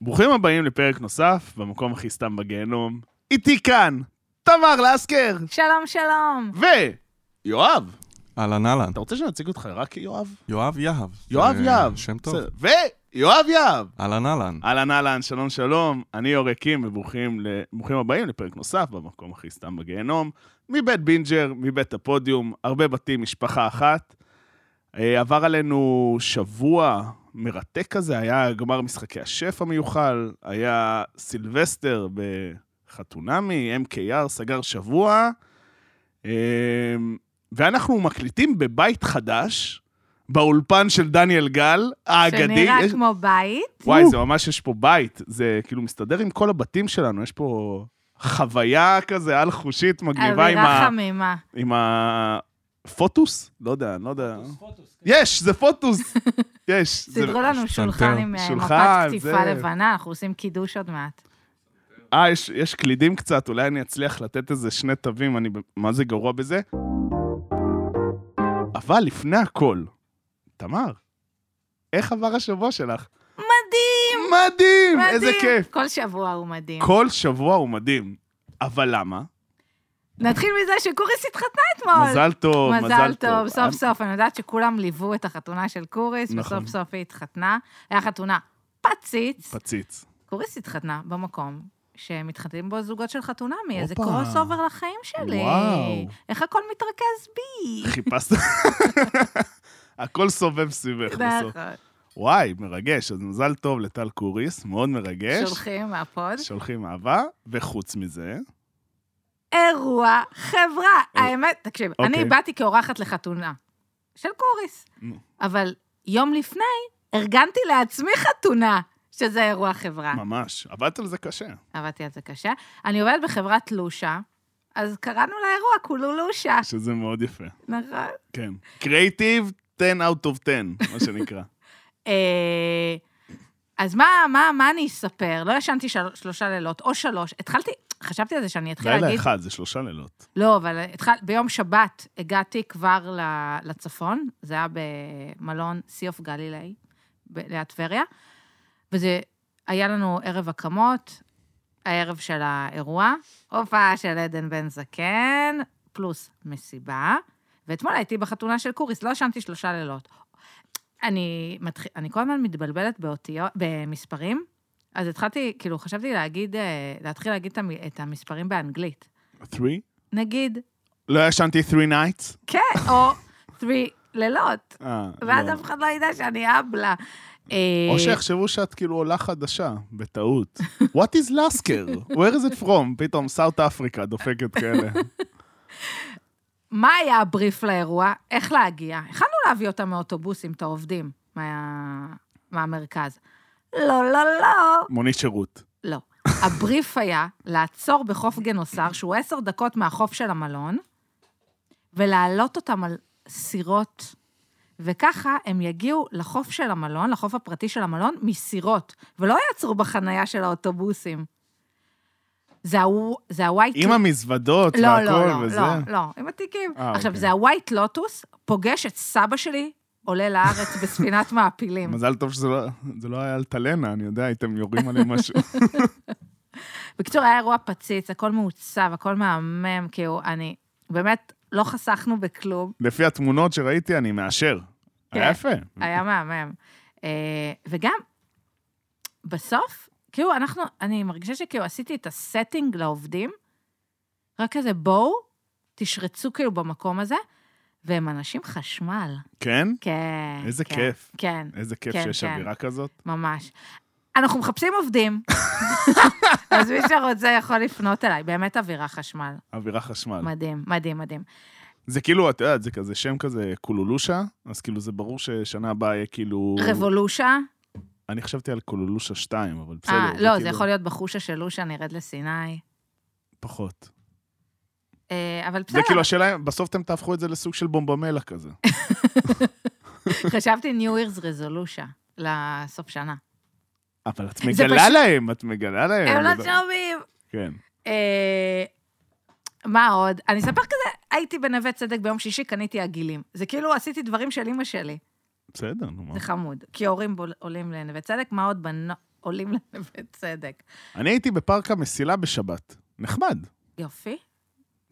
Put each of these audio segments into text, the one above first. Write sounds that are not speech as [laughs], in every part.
ברוכים הבאים לפרק נוסף, במקום הכי סתם בגיהנום. איתי כאן, תמר לסקר, שלום, שלום. ו... יואב. אהלן אהלן. אתה רוצה שנציג אותך רק אה, כיואב? יואב יהב. יואב זה יהב. שם טוב. בסדר. ו... יואב יהב. אהלן אהלן. אהלן אהלן, שלום שלום, אני אורי קים, וברוכים ל- ברוכים הבאים לפרק נוסף במקום הכי סתם בגיהנום, מבית בינג'ר, מבית הפודיום, הרבה בתים, משפחה אחת. אה, עבר עלינו שבוע מרתק כזה, היה גמר משחקי השף המיוחל, היה סילבסטר בחתונמי, MKR סגר שבוע, אה, ואנחנו מקליטים בבית חדש, באולפן של דניאל גל, האגדי. שנראה יש- כמו בית. וואי, זה ממש, יש פה בית. זה כאילו מסתדר עם כל הבתים שלנו, יש פה חוויה כזה על-חושית מגניבה עם, אווירה ה... חמימה. עם ה... פוטוס? לא יודע, אני לא יודע. יש, זה [laughs] פוטוס. יש. זה- סידרו לנו פסנתר. שולחן עם אה, שולחן, מפת זה- קטיפה לבנה, אנחנו עושים קידוש עוד מעט. אה, יש, יש קלידים קצת, אולי אני אצליח לתת איזה שני תווים, אני ב- מה זה גרוע בזה. אבל לפני הכל, תמר, איך עבר השבוע שלך? מדהים! מדהים! איזה מדהים. כיף. כל שבוע הוא מדהים. כל שבוע הוא מדהים. אבל למה? נתחיל מזה שקוריס התחתנה אתמול. מזל טוב, אה, מזל טוב, סוף אני- סוף. אני יודעת שכולם ליוו את החתונה של קוריס, נכון. וסוף סוף היא התחתנה. היה חתונה פציץ. פציץ. קוריס התחתנה במקום שמתחתנים בו זוגות של חתונמי, איזה הופה. קרוס אובר לחיים שלי. וואו. איך הכל מתרכז בי. חיפשת... הכל סובב סביבך בסוף. נכון. וואי, מרגש. אז מזל טוב לטל קוריס, מאוד מרגש. שולחים מהפוד. שולחים אהבה, וחוץ מזה... אירוע חברה. אה, האמת, תקשיב, אוקיי. אני באתי כאורחת לחתונה של קוריס, נו. אבל יום לפני ארגנתי לעצמי חתונה, שזה אירוע חברה. ממש, עבדת על זה קשה. עבדתי על זה קשה. אני עובדת בחברת לושה, אז קראנו לאירוע כולו לושה, שזה מאוד יפה. נכון? כן. קרייטיב 10 out of 10, מה [laughs] שנקרא. אה, אז מה, מה, מה אני אספר? לא ישנתי של, שלושה לילות, או שלוש. התחלתי, חשבתי על זה שאני אתחיל לילה להגיד... אחד, זה שלושה לילות. לא, אבל התחל... ביום שבת הגעתי כבר ל- לצפון, זה היה במלון סי אוף גלילי, ב- ליד טבריה, וזה, היה לנו ערב הקמות, הערב של האירוע, הופעה של עדן בן זקן, פלוס מסיבה, ואתמול הייתי בחתונה של קוריס, לא ישנתי שלושה לילות. אני, מתח... אני כל הזמן מתבלבלת באותיות, במספרים, אז התחלתי, כאילו, חשבתי להגיד, אה, להתחיל להגיד את המ- את המספרים באנגלית. 3? נגיד, לא ישנתי 3 nights? כן, או three לילות, אה, ואז לא. אף אחד לא ידע שאני אבלה. אה, או שיחשבו שאת כאילו עולה חדשה, [laughs] בטעות. What is Lasker? Where is it from? פתאום סאוט אפריקה דופקת כאלה. מה היה הבריף לאירוע? איך להגיע? יכלנו להביא אותם מהאוטובוסים, את העובדים, מה- מהמרכז. לא, לא, לא. מונית שירות. לא. הבריף היה לעצור בחוף גנוסר, שהוא עשר דקות מהחוף של המלון, ולהעלות אותם על סירות, וככה הם יגיעו לחוף של המלון, לחוף הפרטי של המלון, מסירות, ולא יעצרו בחנייה של האוטובוסים. זה ה- זה הווייט... עם המזוודות לא, לא, והכל לא, וזה. לא, לא, עם התיקים. אה, עכשיו, אוקיי. זה הווייט לוטוס, פוגש את סבא שלי, עולה לארץ [laughs] בספינת מעפילים. מזל טוב שזה לא- זה לא היה אלטלנה, אני יודע, הייתם יורים עליהם [laughs] משהו. בקיצור, היה אירוע פציץ, הכל מעוצב, הכל מהמם, כאילו, אני... באמת, לא חסכנו בכלום, לפי התמונות שראיתי, אני מאשר. היה כן. יפה. היה מהמם. אה, וגם, בסוף, כאילו, אנחנו, אני מרגישה שכאילו עשיתי את הסטינג לעובדים, רק כזה, בואו, תשרצו כאילו במקום הזה, והם אנשים חשמל. כן? כן. איזה כן, כיף. כן, איזה כיף כן, שיש כן. אווירה כזאת. ממש. אנחנו מחפשים [laughs] עובדים, אז מי שרוצה יכול לפנות אליי. באמת אווירה חשמל. אווירה חשמל. מדהים, מדהים, מדהים. זה כאילו, את יודעת, זה כזה שם כזה קולולושה, אז כאילו זה ברור ששנה הבאה יהיה כאילו... רבולושה? אני חשבתי על קולולושה 2, אבל בסדר. אה, לא, זה כאילו יכול להיות בחושה של לושה, נרד לסיני. פחות. אה, אבל בסדר, זה כאילו השאלה, בסוף אתם תהפכו את זה לסוג של בומבמלה כזה. חשבתי New Year's Resolution לסוף שנה. אבל את זה מגלה פשוט- להם, את מגלה להם. הם לא זה- שומעים. כן. אה, מה עוד? אני אספר כזה, הייתי בנווה צדק ביום שישי, קניתי עגילים. זה כאילו עשיתי דברים של אימא שלי. בסדר, נו מה. נכון. זה חמוד. כי ההורים בול- עולים לנווה צדק, מה עוד בנו- עולים לבית צדק. אני הייתי בפארק המסילה בשבת. נחמד. יופי.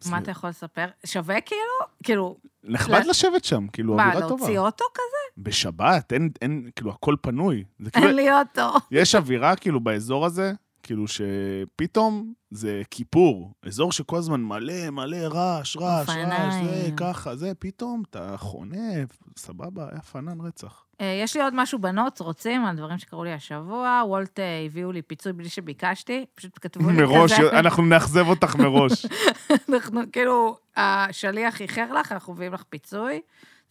מה אתה יכול לספר? שווה כאילו? כאילו, נחמד ל- לשבת שם, כאילו, מה, אווירה טובה. להוציא אוטו כזה? בשבת, אין, אין, כאילו, הכל פנוי. זה כאילו, אין לי אוטו. יש אווירה, כאילו, באזור הזה, כאילו, שפתאום זה כיפור. אזור שכל הזמן מלא, מלא רעש, רעש, רעש, זה, אופניים. ככה, זה, פתאום אתה חונף, סבבה, היה פנן רצח. אה, יש לי עוד משהו בנות, רוצים, על דברים שקרו לי השבוע. וולט אה, הביאו לי פיצוי בלי שביקשתי, פשוט כתבו לי מראש, כזה. אנחנו נאכזב אותך מראש. [laughs] [laughs] אנחנו, כאילו, השליח איחר לך, אנחנו מביאים לך פיצוי.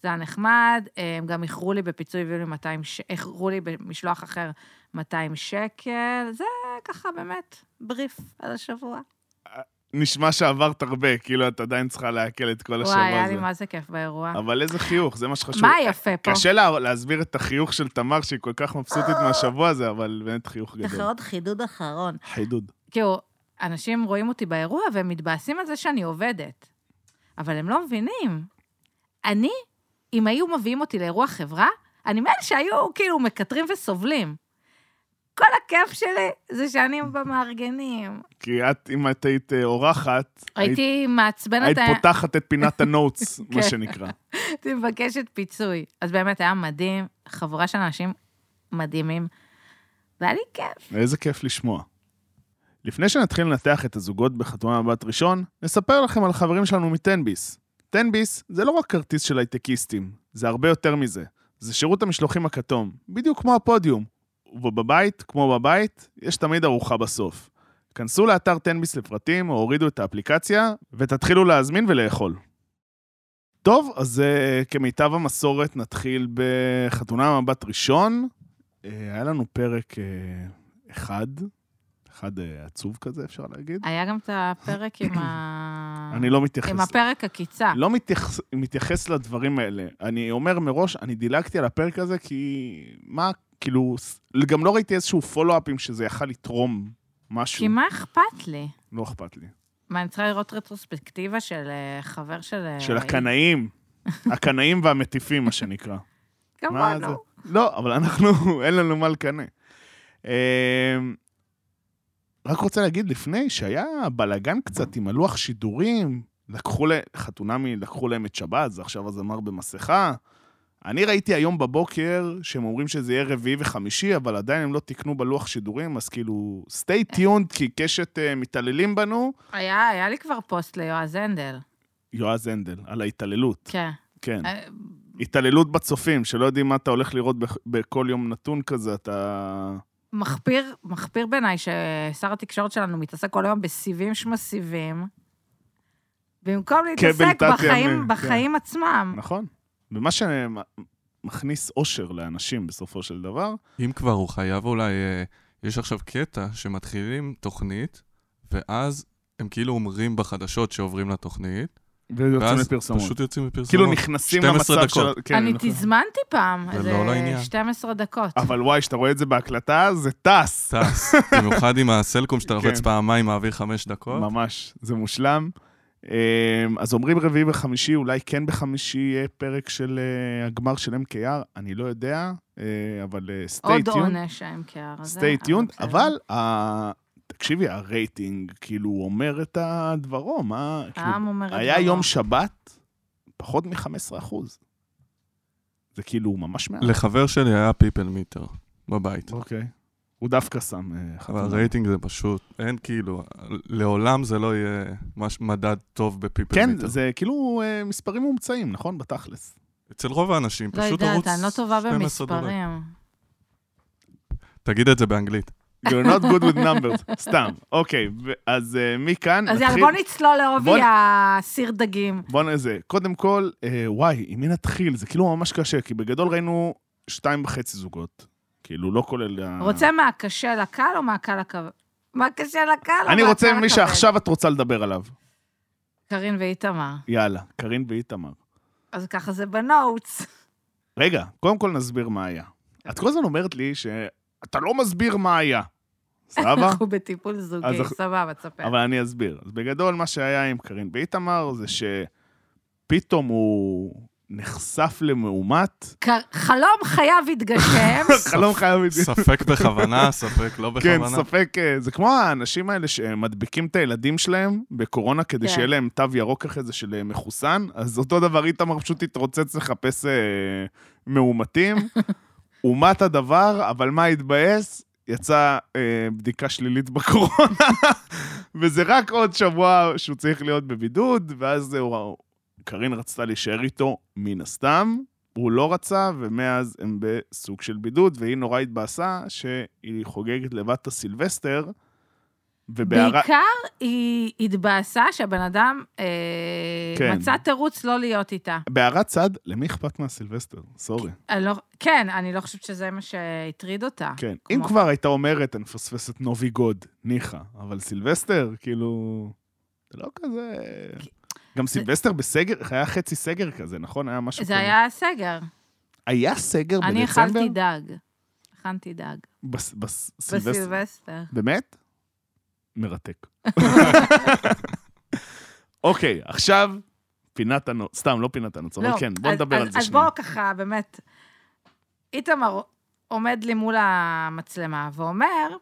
זה היה נחמד, אה, הם גם איחרו לי בפיצוי, הביאו לי 200, ש- איחרו לי במשלוח אחר 200 שקל. זה ככה באמת בריף על השבוע. נשמע שעברת הרבה, כאילו, את עדיין צריכה לעכל את כל וואי, השבוע היה לי הזה. מה זה כיף באירוע. אבל איזה חיוך, זה מה שחשוב. מה יפה פה? קשה לה, להסביר את החיוך של תמר, שהיא כל כך מבסוטית מהשבוע הזה, אבל באמת חיוך ככה גדול. עוד חידוד אחרון. חידוד. כאילו, אנשים רואים אותי באירוע והם מתבאסים על זה שאני עובדת. אבל הם לא מבינים. אני, אם היו מביאים אותי לאירוע חברה, אני מאלה שהיו כאילו מקטרים וסובלים. כל הכיף שלי זה שאני במארגנים. כי את, אם את היית אה, אורחת, היית- הייתי מעצבנת, היית ה- פותחת את פינת [laughs] הנוטס, מה כן. שנקרא. הייתי מבקשת פיצוי. אז באמת היה מדהים, חבורה של אנשים מדהימים. והיה לי כיף. איזה כיף לשמוע. לפני שנתחיל לנתח את הזוגות בחתונה בבת ראשון, נספר לכם על החברים שלנו מ-10ביס. 10ביס זה לא רק כרטיס של הייטקיסטים, זה הרבה יותר מזה. זה שירות המשלוחים הכתום, בדיוק כמו הפודיום. ובבית, כמו בבית, יש תמיד ארוחה בסוף. כנסו לאתר 10ביס לפרטים, או הורידו את האפליקציה, ותתחילו להזמין ולאכול. טוב, אז uh, כמיטב המסורת נתחיל בחתונה מבט ראשון. Uh, היה לנו פרק אה, אחד, אחד אה, עצוב כזה, אפשר להגיד. היה גם את הפרק עם ה... אני לא מתייחס. אה, עם הפרק עקיצה. לא מתייחס, מתייחס לדברים האלה. אני אומר מראש, אני דילגתי על הפרק הזה, כי מה, כאילו, ס- גם לא ראיתי איזשהו פולו-אפים שזה יכל לתרום משהו. כי מה אכפת לי? לא אכפת לי. מה, אני צריכה לראות רטרוספקטיבה של אה, חבר של... אה, של הקנאים, הקנאים והמטיפים, מה שנקרא. מה כמונו. זה? לא, אבל אנחנו, [laughs] אין לנו מה לקנא. אמ, רק רוצה להגיד לפני שהיה בלאגן קצת עם הלוח שידורים, לקחו ל... חתונמי, לקחו להם את שבת, זה עכשיו הזמר במסכה. אני ראיתי היום בבוקר שהם אומרים שזה יהיה רביעי וחמישי, אבל עדיין הם לא תיקנו בלוח שידורים, אז כאילו, stay tuned, כי קשת אה, מתעללים בנו. היה, היה לי כבר פוסט ליועז הנדל. יועז הנדל, על ההתעללות, כן. כן. אה, התעללות בצופים, שלא יודעים מה אתה הולך לראות בכ- בכל יום נתון כזה, אתה... מחפיר, מחפיר בעיניי ששר התקשורת שלנו מתעסק כל היום בסיבים שמסיבים, במקום להתעסק תת-ימי, בחיים, כן. בחיים עצמם. נכון. ומה שמכניס אושר לאנשים בסופו של דבר, אם כבר, הוא חייב אולי... אה, יש עכשיו קטע שמתחילים תוכנית, ואז הם כאילו אומרים בחדשות שעוברים לתוכנית, ויוצאים ואז לפרסומות. פשוט יוצאים לפרסומות. כאילו נכנסים 12 למצב של... דקות. כן, אני נכון. תזמנתי פעם, זה איזה לא לעניין. 12 דקות. אבל וואי, כשאתה רואה את זה בהקלטה, זה טס. [laughs] טס, במיוחד עם הסלקום שאתה כן. רוחץ פעמיים, מעביר חמש דקות. ממש, זה מושלם. אמ, אז אומרים רביעי וחמישי, אולי כן בחמישי יהיה פרק של אה, הגמר של MKR, אני לא יודע, אה, אבל אה, stay עוד tuned. עונש ה-MKR הזה. סטי טיונד, בסדר. אבל ה- תקשיבי, הרייטינג, כאילו, הוא אומר את הדברו, מה... כאילו, העם אומר את היה דברו. יום שבת, פחות מ-15 אחוז. זה כאילו ממש מעט. לחבר שלי היה פיפל מיטר בבית. אוקיי. הוא דווקא שם אה, אבל חתונה. הרייטינג זה פשוט, אין כאילו, לעולם זה לא יהיה מש- מדד טוב בפיפל כן, מיטר. זה כאילו אה, מספרים מומצאים, נכון? בתכלס. אצל רוב האנשים, לא פשוט יודעת, ערוץ אני לא טובה 12 דולר. במספרים. תגיד את זה באנגלית. You're not good with [laughs] numbers, סתם. אוקיי, ו- אז אה, מכאן אז יאללה, נתחיל- בוא נצלול בוא לעובי נ- הסיר דגים. בוא נזה. קודם כל, אה, וואי, עם מי נתחיל? זה כאילו ממש קשה, כי בגדול ראינו שתיים וחצי זוגות. כאילו, לא כולל... ה- רוצה מהקשה לקל או מהקל לכבד? מהקשה לקל או מהקל אני רוצה עם מי לכבד? שעכשיו את רוצה לדבר עליו. קארין ואיתמר. יאללה, קארין ואיתמר. אז ככה זה בנוטס. רגע, קודם כל נסביר מה היה. את כל הזמן אומרת לי שאתה לא מסביר מה היה, סבבה? אנחנו בטיפול זוגי, אז- סבבה, תספר. אבל אני אסביר. אז בגדול, מה שהיה עם קארין ואיתמר זה שפתאום הוא נחשף [laughs] למאומת, כ- חלום חייו התגשם. [laughs] חלום חייו מתגשם. [laughs] ספק בכוונה, ספק לא כן, בכוונה. ספק, אה, זה כמו האנשים האלה שמדביקים את הילדים שלהם בקורונה כדי כן. שיהיה להם תו ירוק אחרי זה של אה, מחוסן, אז אותו דבר איתמר פשוט התרוצץ לחפש אה, מאומתים. אומת הדבר, אבל מה התבאס? יצאה אה, בדיקה שלילית בקורונה, וזה רק עוד שבוע שהוא צריך להיות בבידוד, ואז זהו, קארין רצתה להישאר איתו מן הסתם, הוא לא רצה, ומאז הם בסוג של בידוד, והיא נורא התבאסה שהיא חוגגת לבד את הסילבסטר, ובהערה... בעיקר היא התבאסה שהבן אדם אה, כן. מצא תירוץ לא להיות איתה. בהערת צד, למי אכפת מהסילבסטר? סורי. אני לא, כן, אני לא חושבת שזה מה שהטריד אותה. כן. כמו- אם כבר הייתה אומרת, אני מפספס את נובי גוד, ניחא, אבל סילבסטר, כאילו... זה לא כזה... גם סילבסטר בסגר, היה חצי סגר כזה, נכון? היה משהו כזה. זה היה סגר. היה סגר אני לא, בדצמבר? אכלתי דג. אכלתי דג. בס- בס- סילבסטר. בסילבסטר. באמת? [laughs] מרתק. אוקיי, עכשיו פינת הנוצ... סתם, לא פינת הנוצ... אבל לא, כן, בוא אז- נדבר אז- על זה אז שנייה. בואו ככה, באמת. איתמר עומד לי מול המצלמה ואומר,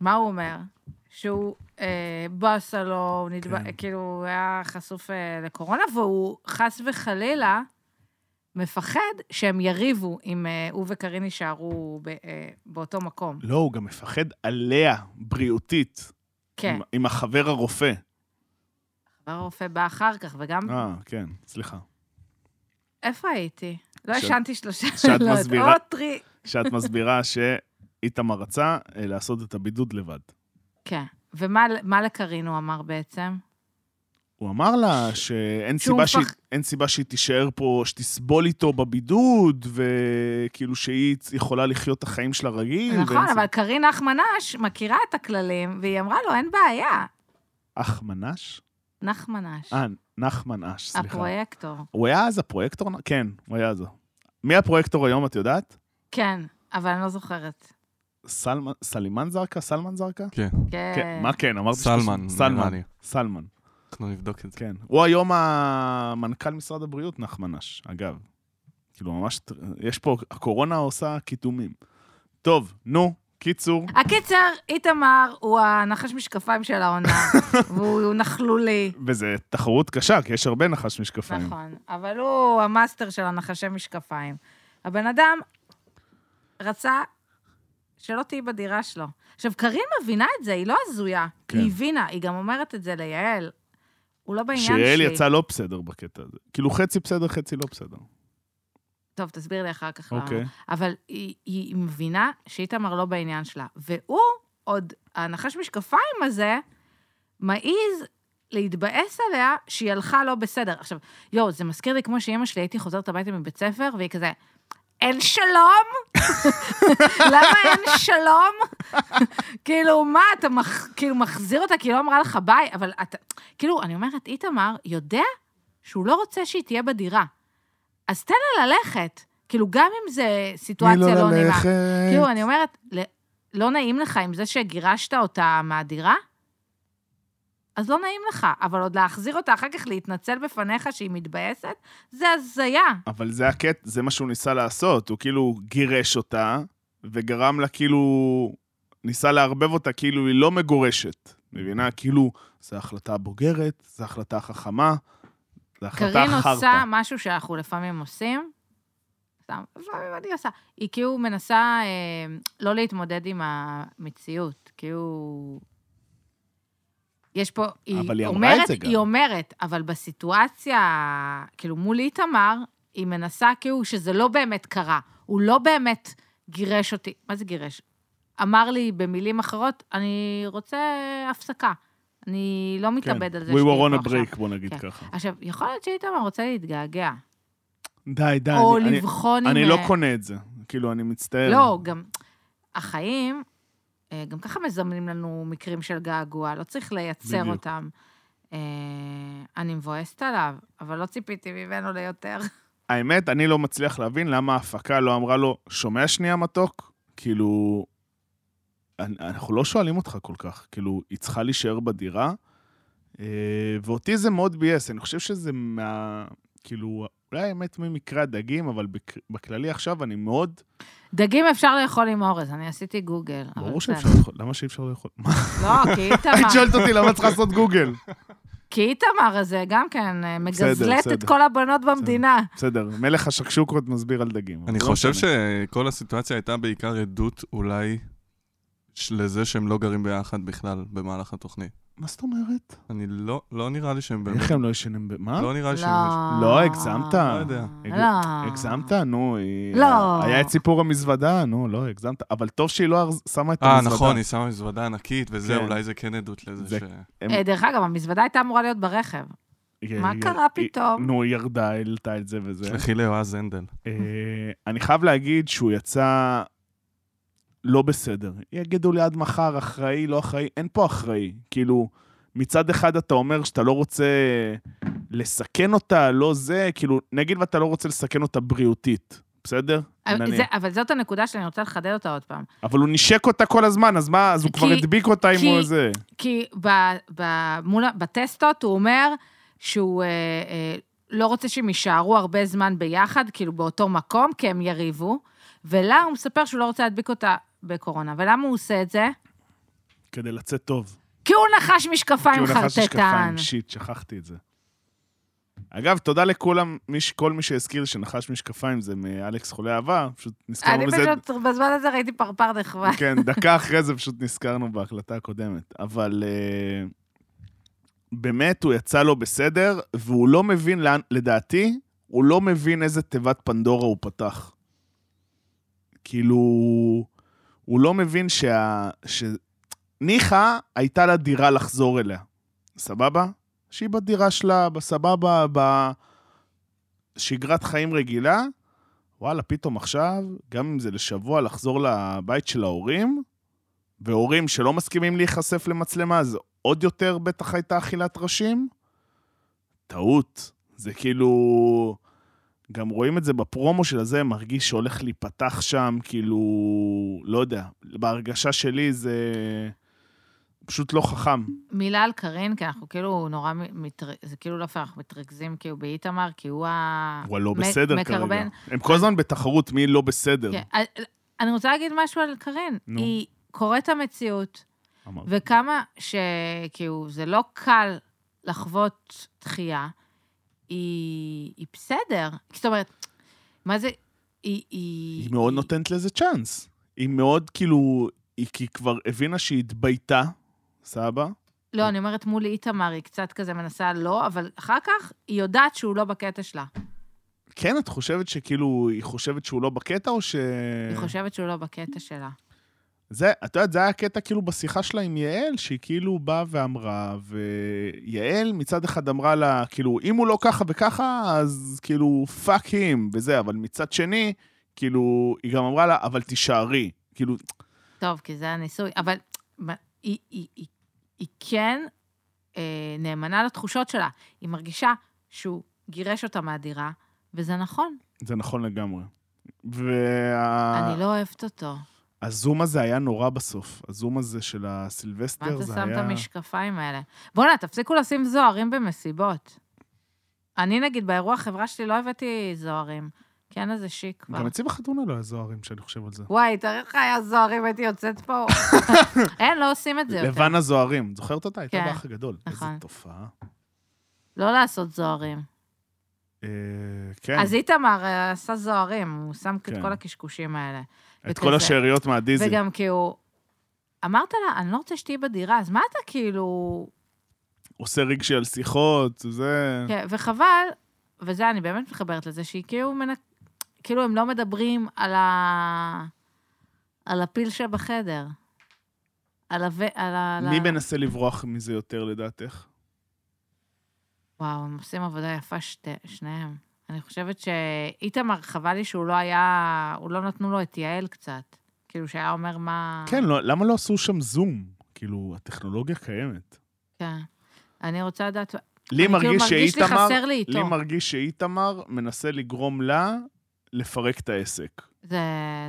מה הוא אומר? שהוא אה, בוס הלו, הוא נדבק, כן. כאילו, הוא היה חשוף אה, לקורונה, והוא חס וחלילה מפחד שהם יריבו אם אה, הוא וקארין יישארו ב- אה, באותו מקום. לא, הוא גם מפחד עליה, בריאותית. כן, Mm-hmm. עם- עם החבר הרופא. והרופא בא אחר כך, וגם... אה, כן, סליחה. איפה הייתי? לא שאת- ישנתי שלושה שאת לילות. מסבירה- עוד טרי... שאת מסבירה [laughs] שאיתמר רצה אה, לעשות את הבידוד לבד. כן. ומה מה לקארין הוא אמר בעצם? הוא אמר לה שאין שהוא סיבה, שהיא, מפח- אין סיבה שהיא תישאר פה, שתסבול איתו בבידוד, וכאילו שהיא יכולה לחיות את החיים שלה רגיל. ואין נכון, סיבה- אבל קארין נחמנש מכירה את הכללים, והיא אמרה לו, אין בעיה. אח מנש? נחמנש, אה, נחמן אש, סליחה. הפרויקטור. הוא היה אז הפרויקטור? כן, הוא היה אז. מי הפרויקטור היום, את יודעת? כן, אבל אני לא זוכרת. סלמן, סלימן זרקה? סלמן זרקה? כן, כן, כן. מה כן? אמרתי שאתה- סלמן, נראה סלמן, לי. סלמן, אנחנו נבדוק את זה. כן. הוא היום המנכ"ל משרד הבריאות, נחמן אש, אגב. כאילו, ממש, טר- יש פה, הקורונה עושה קידומים. טוב, נו, קיצור, הקיצר, איתמר הוא הנחש משקפיים [laughs] של העונה, והוא נכלולי. וזו תחרות קשה, כי יש הרבה נחש משקפיים. נכון, אבל הוא המאסטר של הנחשי משקפיים. הבן אדם רצה שלא תהיי בדירה שלו. עכשיו, קארין מבינה את זה, היא לא הזויה. כן. היא הבינה, היא גם אומרת את זה ליעל. הוא לא בעניין שלי. שיעל יצא לא בסדר בקטע הזה. כאילו, חצי בסדר, חצי לא בסדר. טוב, תסביר לי אחר כך. למה. אוקיי. אבל היא, היא מבינה שאיתמר לא בעניין שלה. והוא, עוד, הנחש משקפיים הזה, מעז להתבאס עליה שהיא הלכה לא בסדר. עכשיו, יואו, זה מזכיר לי כמו שאימא שלי, הייתי חוזרת הביתה מבית ספר, והיא כזה, אין שלום? [laughs] למה אין שלום? [laughs] כאילו, מה, אתה מח... כאילו מחזיר אותה, כי היא לא אמרה לך ביי, אבל אתה... כאילו, אני אומרת, איתמר יודע שהוא לא רוצה שהיא תהיה בדירה. אז תן לה ללכת. כאילו, גם אם זה סיטואציה לא נעימה. כאילו, אני אומרת, ל- לא נעים לך עם זה שגירשת אותה מהדירה? אז לא נעים לך, אבל עוד להחזיר אותה אחר כך להתנצל בפניך שהיא מתבאסת, זה הזיה. אבל זה הקטע, זה מה שהוא ניסה לעשות. הוא כאילו גירש אותה, וגרם לה כאילו... ניסה לערבב אותה כאילו היא לא מגורשת. מבינה? כאילו, זו החלטה בוגרת, זו החלטה חכמה, זו החלטה קארין חרטא. עושה משהו שאנחנו לפעמים עושים, סתם, לפעמים אני עושה, היא כאילו מנסה אה, לא להתמודד עם המציאות, כאילו... יש פה, היא אבל היא אמרה את אומרת, זה גם. היא אומרת, אבל בסיטואציה, כאילו מול איתמר, היא מנסה כאילו שזה לא באמת קרה, הוא לא באמת גירש אותי, מה זה גירש? אמר לי במילים אחרות, אני רוצה הפסקה. אני לא מתאבד על זה כן, We שתהיי פה were on a עכשיו." break, בוא נגיד כן. ככה. עכשיו, יכול להיות שאיתמר רוצה להתגעגע, די, די. או אה, אני- לבחון אם... אני לא אה, קונה את זה. כאילו, אני מצטער. לא, גם החיים, אה, גם ככה מזמנים לנו מקרים של געגוע, לא צריך לייצר בדיוק. אותם. אה, אני מבואסת עליו, אבל לא ציפיתי ממנו ליותר. האמת, אני לא מצליח להבין למה ההפקה לא אמרה לו, שומע שנייה מתוק? כאילו, אנ- אנחנו לא שואלים אותך כל כך. כאילו, היא צריכה להישאר בדירה, אה, ואותי זה מאוד ביאס. אני חושב שזה מה... כאילו, אולי האמת ממקרה הדגים, אבל בכ- בכללי עכשיו אני מאוד... דגים אפשר לאכול עם אורז, אני עשיתי גוגל. אבל ברור בסדר. שאפשר לאכול, למה שאי אפשר לאכול? מה, לא, [laughs] כי היית איתמר, שואלת אותי למה צריך לעשות גוגל? כי איתמר הזה גם כן אה, בסדר, מגזלט את בסדר. כל הבנות במדינה. בסדר, מלך השקשוקות מסביר על דגים. אני לא חושב משנה. שכל הסיטואציה הייתה בעיקר עדות אולי ש- לזה שהם לא גרים ביחד בכלל במהלך התוכנית. מה זאת אומרת? אני לא, לא נראה לי שהם באמת, איך הם לא ישנים ב... מה? לא נראה לי שהם... לא, הגזמת. לא יודע. לא. הגזמת? נו, היא... אה, לא. היה את סיפור המזוודה, נו, לא, הגזמת. אבל טוב שהיא לא ארז- שמה את אה, המזוודה. נכון, היא שמה מזוודה ענקית וזה, כן. אולי זה כן עדות לזה זה- ש... הם- אה, דרך אגב, המזוודה הייתה אמורה להיות ברכב. היא- מה כן, היא- קרה היא- פתאום? נו, היא ירדה, העלתה את זה [laughs] וזה. לכי ליועז הנדל. אה, אני חייב להגיד שהוא יצא לא בסדר. יגידו לי עד מחר, אחראי, לא אחראי, אין פה אחראי. כאילו, מצד אחד אתה אומר שאתה לא רוצה לסכן אותה, לא זה, כאילו, נגיד ואתה לא רוצה לסכן אותה בריאותית, בסדר? אבל נניח. זה- אבל זאת הנקודה שאני רוצה לחדד אותה עוד פעם. אבל הוא נשק אותה כל הזמן, אז מה, אז הוא כי- כבר הדביק אותה אם כי- הוא זה. כי ב, ב, מול, בטסטות הוא אומר שהוא אה, אה, לא רוצה שהם יישארו הרבה זמן ביחד, כאילו באותו מקום, כי הם יריבו, ולה הוא מספר שהוא לא רוצה להדביק אותה בקורונה. ולמה הוא עושה את זה? כדי לצאת טוב. כאילו, כי הוא נחש משקפיים כי הוא נחש חרטטן. משקפיים, שיט, שכחתי את זה. אגב, תודה לכולם, מי ש- כל מי שהזכיר שנחש משקפיים זה מאלכס חולה אהבה, פשוט אה, אני נזכרנו בזה פשוט, בזמן הזה ראיתי פרפר נחמד. כן, דקה אחרי זה פשוט נזכרנו בהקלטה הקודמת. אבל אה, באמת, הוא יצא לו בסדר, והוא לא מבין, לאן- לדעתי, הוא לא מבין איזה תיבת פנדורה הוא פתח. כאילו, הוא לא מבין שה... ש... ניחא, הייתה לה דירה לחזור אליה. סבבה? שהיא בדירה שלה, בסבבה, בשגרת חיים רגילה. וואלה, פתאום עכשיו, גם אם זה לשבוע, לחזור לבית של ההורים, והורים שלא מסכימים להיחשף למצלמה, אז עוד יותר בטח הייתה אכילת ראשים? טעות. זה כאילו... גם רואים את זה בפרומו של הזה, מרגיש שהולך להיפתח שם, כאילו... לא יודע. בהרגשה שלי זה... פשוט לא חכם. מילה על קארין, כי אנחנו כאילו נורא, מתר... זה כאילו לא יפה, אנחנו מתרכזים כאילו באיתמר, כי הוא ה... הוא הלא מק- בסדר כרגע. מקרבן. הם כל הזמן בתחרות מי לא בסדר. כן. אני רוצה להגיד משהו על קארין. נו. היא קוראת המציאות, אמרתי. וכמה שכאילו זה לא קל לחוות דחייה, היא, היא בסדר. זאת אומרת, מה זה, היא... היא, היא מאוד נותנת לזה צ'אנס. היא מאוד כאילו, היא כי היא כבר הבינה שהיא התבייתה, סבא? לא, אני אומרת מול איתמר, היא קצת כזה מנסה לא, אבל אחר כך היא יודעת שהוא לא בקטע שלה. כן, את חושבת שכאילו, היא חושבת שהוא לא בקטע, או ש... היא אה. חושבת שהוא לא בקטע שלה. זה, את יודעת, זה היה הקטע כאילו בשיחה שלה עם יעל, שהיא כאילו באה ואמרה, ויעל מצד אחד אמרה לה, כאילו, אם הוא לא ככה וככה, אז כאילו, פאק הים, וזה, אבל מצד שני, כאילו, היא גם אמרה לה, אבל תישארי. כאילו, טוב, כי זה הניסוי, אבל מה- היא, היא, היא, היא כן אה, נאמנה לתחושות שלה. היא מרגישה שהוא גירש אותה מהדירה, וזה נכון, זה נכון לגמרי. וה... אני לא אוהבת אותו. הזום הזה היה נורא בסוף. הזום הזה של מה הסילבסטר, אתה זה שם את היה... המשקפיים האלה? בוא'נה, תפסיקו לשים זוהרים במסיבות. אני, נגיד, באירוע החברה שלי לא הבאתי זוהרים. כן, איזה שיק כבר. גם אצלי בחתונה לא היה זוהרים, שאני חושב על זה. וואי, תאר לך היה זוהרים, הייתי יוצאת [laughs] פה. אין, לא עושים את זה יותר. לבן הזוהרים, זוכרת אותה? הייתה כן, באח הגדול. איזה נכון. תופעה. לא לעשות זוהרים. אה, כן, אז איתמר אה, עשה זוהרים, הוא שם את כן. כל הקשקושים האלה. את וכזה. כל השאריות מהדיזי. וגם כי הוא... אמרת לה, אני לא רוצה שתהיי בדירה, אז מה אתה כאילו... עושה רגשי על שיחות, זה... כן, וחבל, וזה, אני באמת מתחברת לזה, שהיא כאילו מנק... כאילו, הם לא מדברים על ה... על הפיל שבחדר. על ה... על ה... מי ה- אה. מנסה לברוח מזה יותר, לדעתך? וואו, הם עושים עבודה יפה שתי... שניהם. אני חושבת שאיתמר, חבל לי שהוא לא היה... הוא לא נתנו לו את יעל קצת. כאילו, שהיה אומר מה... כן, לא- למה לא עשו שם זום? כאילו, הטכנולוגיה קיימת. כן. אני רוצה לדעת... לי אני כאילו מרגיש מרגיש לי שאיתמר... חסר לי לי איתו. מרגיש שאיתמר מנסה לגרום לה לפרק את העסק. זה,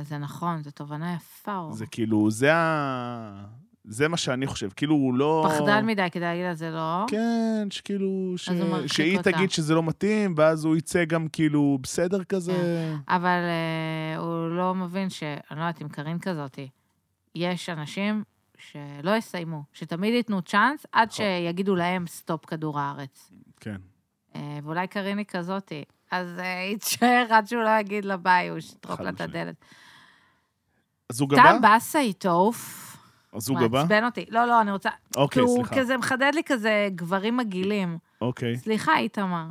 זה נכון, זו תובנה יפה. אור. זה כאילו, זה ה... זה מה שאני חושב, כאילו הוא לא... פחדן מדי כדי להגיד על זה לא. כן, שכאילו, ש... אז הוא מרחיק שהיא אותה. תגיד שזה לא מתאים, ואז הוא יצא גם כאילו בסדר כזה. אבל אה, הוא לא מבין ש... אני לא יודעת, עם קארין כזאתי, יש אנשים שלא יסיימו, שתמיד ייתנו צ'אנס עד נכון. שיגידו להם סטופ כדור הארץ. כן. אה, ואולי קארין היא כזאתי, אז אה, היא תישאר עד שהוא לא יגיד לה ביי, הוא יטרוק חד לה את משמעית. הדלת. אז הוא גבה? טעם באסה טוב. אז הוא גבה? מעצבן אותי. לא, לא, אני רוצה... כי אוקיי, הוא סליחה. כזה מחדד לי כזה גברים מגעילים. אוקיי. סליחה, איתמר.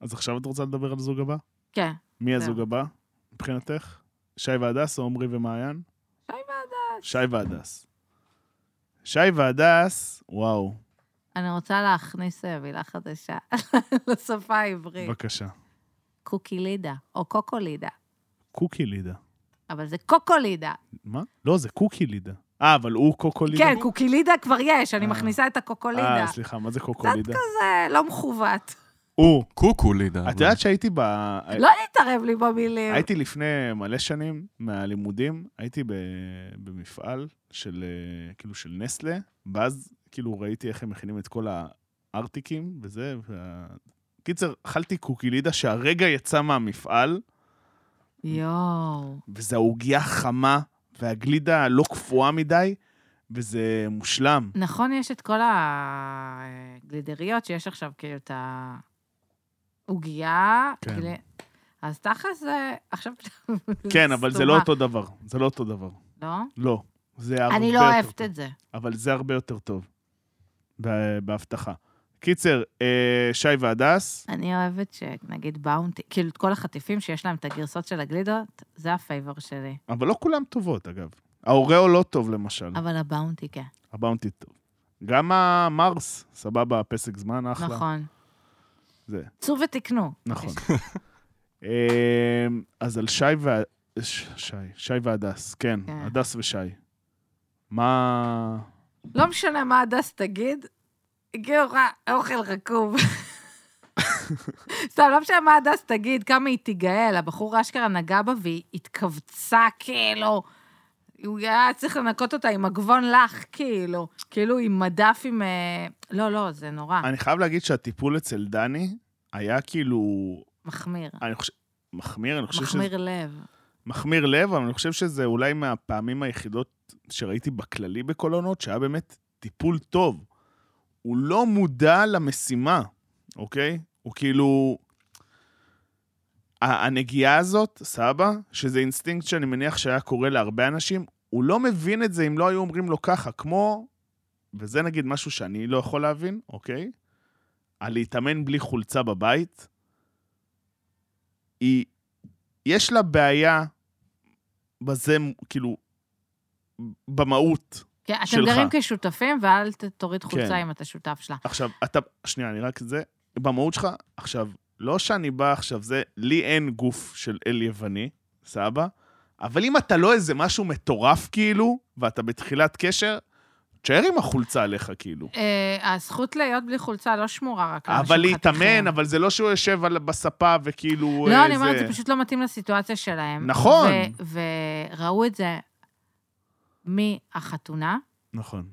אז עכשיו את רוצה לדבר על זוג הבא? כן. מי זהו. הזוג הבא, מבחינתך? שי והדס או עמרי ומעיין? שי שי והדס. שי והדס, וואו, אני רוצה להכניס אה, מילה חדשה [laughs] לשפה העברית. בבקשה. קוקילידה, או קוקולידה. קוקי לידה. אבל זה קוקולידה. מה? לא, זה קוקי לידה. אה, אבל הוא קוקולידה? כן, קוקילידה כבר יש, אני אה. מכניסה את הקוקולידה. אה, סליחה, מה זה קצת קוקולידה? כזה לא מכוות. הוא. קוקו לידה. את יודעת שהייתי ב... לא להתערב לי במילים. הייתי לפני מלא שנים מהלימודים, הייתי ב... במפעל של, אה, כאילו, של נסטלה, ואז כאילו ראיתי איך הם מכינים את כל הארטיקים וזה, וה... קיצר, אכלתי קוקילידה שהרגע יצא מהמפעל, יואו. וזו העוגיה חמה, והגלידה לא קפואה מדי, וזה מושלם. נכון, יש את כל הגלידריות שיש עכשיו, כאילו, את העוגייה. כן. גל... אז תכל'ס זה... עכשיו... כן, אבל זה לא סתומה. אותו דבר. זה לא אותו דבר. לא? לא. זה הרבה אני לא יותר אוהבת טוב. את זה. אבל זה הרבה יותר טוב. ב- בהבטחה. קיצר, אה, שי והדס, אני אוהבת שנגיד באונטי, כאילו, את כל החטיפים שיש להם את הגרסות של הגלידות, זה הפייבור שלי. אבל לא כולם טובות, אגב. האוראו לא טוב, למשל. אבל הבאונטי, כן. הבאונטי טוב. גם המרס, סבבה, פסק זמן, אחלה. נכון. זה. צאו ותקנו. נכון. אה, אז על שי וה... ש- שי, שי והדס, כן, כן. הדס ושי. מה... לא משנה מה הדס תגיד, הגיעו ר- אוכל רקוב. סתם, לא משנה מה הדס תגיד, כמה היא תיגאל, הבחור אשכרה נגע בה והיא התכווצה, כאילו. הוא היה צריך לנקות אותה עם מגבון לח, כאילו. כאילו עם מדף עם... אה, לא, לא, זה נורא, אני חייב להגיד שהטיפול אצל דני היה כאילו... מחמיר. אני חושב... מחמיר, אני חושב שזה... מחמיר לב. מחמיר לב, אבל אני חושב שזה אולי מהפעמים היחידות שראיתי בכללי בכל העונות, שהיה באמת טיפול טוב. הוא לא מודע למשימה, אוקיי? הוא כאילו... ה- הנגיעה הזאת, סבא, שזה אינסטינקט שאני מניח שהיה קורה להרבה אנשים, הוא לא מבין את זה אם לא היו אומרים לו ככה, כמו... וזה נגיד משהו שאני לא יכול להבין, אוקיי? על להתאמן בלי חולצה בבית, היא, יש לה בעיה בזה, כאילו, במהות. כן, אתם שלך. גרים כשותפים, ואל ת- תוריד כן. חולצה אם אתה שותף שלה. עכשיו, אתה, שנייה, אני רק זה, במהות שלך, עכשיו, לא שאני בא עכשיו, זה, לי אין גוף של אל יווני, סבא, אבל אם אתה לא איזה משהו מטורף, כאילו, ואתה בתחילת קשר, תשאר עם החולצה עליך, כאילו. אה, הזכות להיות בלי חולצה לא שמורה רק לאנשים אבל להתאמן, חתיכים. אבל זה לא שהוא יושב על- בספה וכאילו... לא, אה, אני אומרת, זה פשוט לא מתאים לסיטואציה שלהם. נכון. ו- וראו את זה מהחתונה, נכון.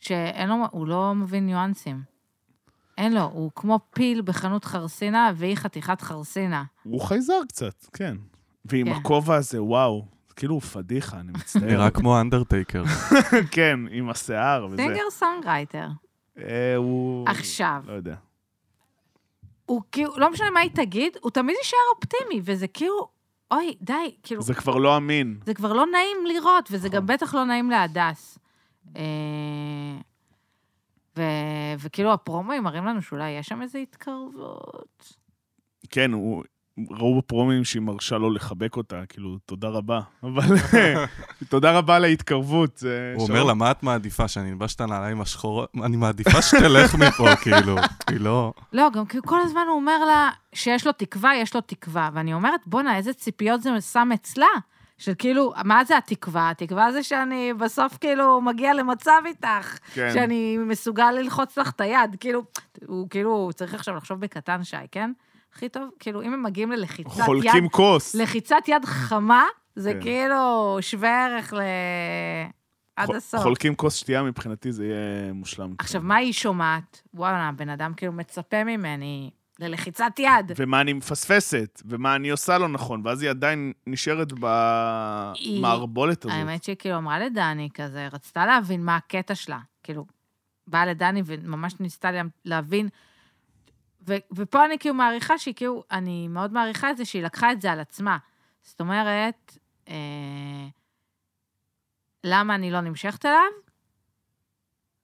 שאין לו, הוא לא מבין ניואנסים. אין לו, הוא כמו פיל בחנות חרסינה, והיא חתיכת חרסינה. הוא חייזר קצת, כן. ועם כן. הכובע הזה, וואו, זה כאילו פדיחה, אני מצטער. נראה כמו אנדרטייקר. כן, עם השיער וזה. סינגר סונגרייטר. אה, הוא... עכשיו, לא יודע. הוא כאילו, לא משנה מה היא תגיד, הוא תמיד יישאר אופטימי, וזה כאילו, אוי, די, כאילו, זה כבר לא אמין. זה כבר לא נעים לראות, וזה נכון. גם בטח לא נעים להדס. אה, ו... וכאילו הפרומואים מראים לנו שאולי יש שם איזו התקרבות. כן, הוא... ראו בפרומים שהיא מרשה לו לחבק אותה, כאילו, תודה רבה. אבל [laughs] תודה רבה על ההתקרבות. זה הוא שרון- אומר לה, מה את מעדיפה, שאני אלבש את הנעליים השחורות? אני מעדיפה שתלך מפה, [laughs] כאילו. היא לא... לא, גם כאילו כל הזמן הוא אומר לה שיש לו תקווה, יש לו תקווה. ואני אומרת, בואנה, איזה ציפיות זה שם אצלה. של כאילו, מה זה התקווה? התקווה זה שאני בסוף כאילו מגיע למצב איתך, כן. שאני מסוגל ללחוץ לך את היד. כאילו, הוא כאילו, צריך עכשיו לחשוב בקטן שי, כן? הכי טוב, כאילו, אם הם מגיעים ללחיצת יד... חולקים כוס. לחיצת יד חמה, זה כן. כאילו שווה ערך ל... עד חו- הסוף. חולקים כוס שתייה, מבחינתי זה יהיה מושלם. עכשיו, מה היא שומעת? וואלה, הבן אדם כאילו מצפה ממני ללחיצת יד. ומה אני מפספסת, ומה אני עושה לא נכון, ואז היא עדיין נשארת היא- במערבולת הזאת. האמת שהיא כאילו אמרה לדני כזה, רצתה להבין מה הקטע שלה. כאילו, באה לדני וממש ניסתה לה- להבין. ו- ופה אני כאילו מעריכה שהיא כאילו, אני מאוד מעריכה את זה שהיא לקחה את זה על עצמה. זאת אומרת, אה, למה אני לא נמשכת אליו?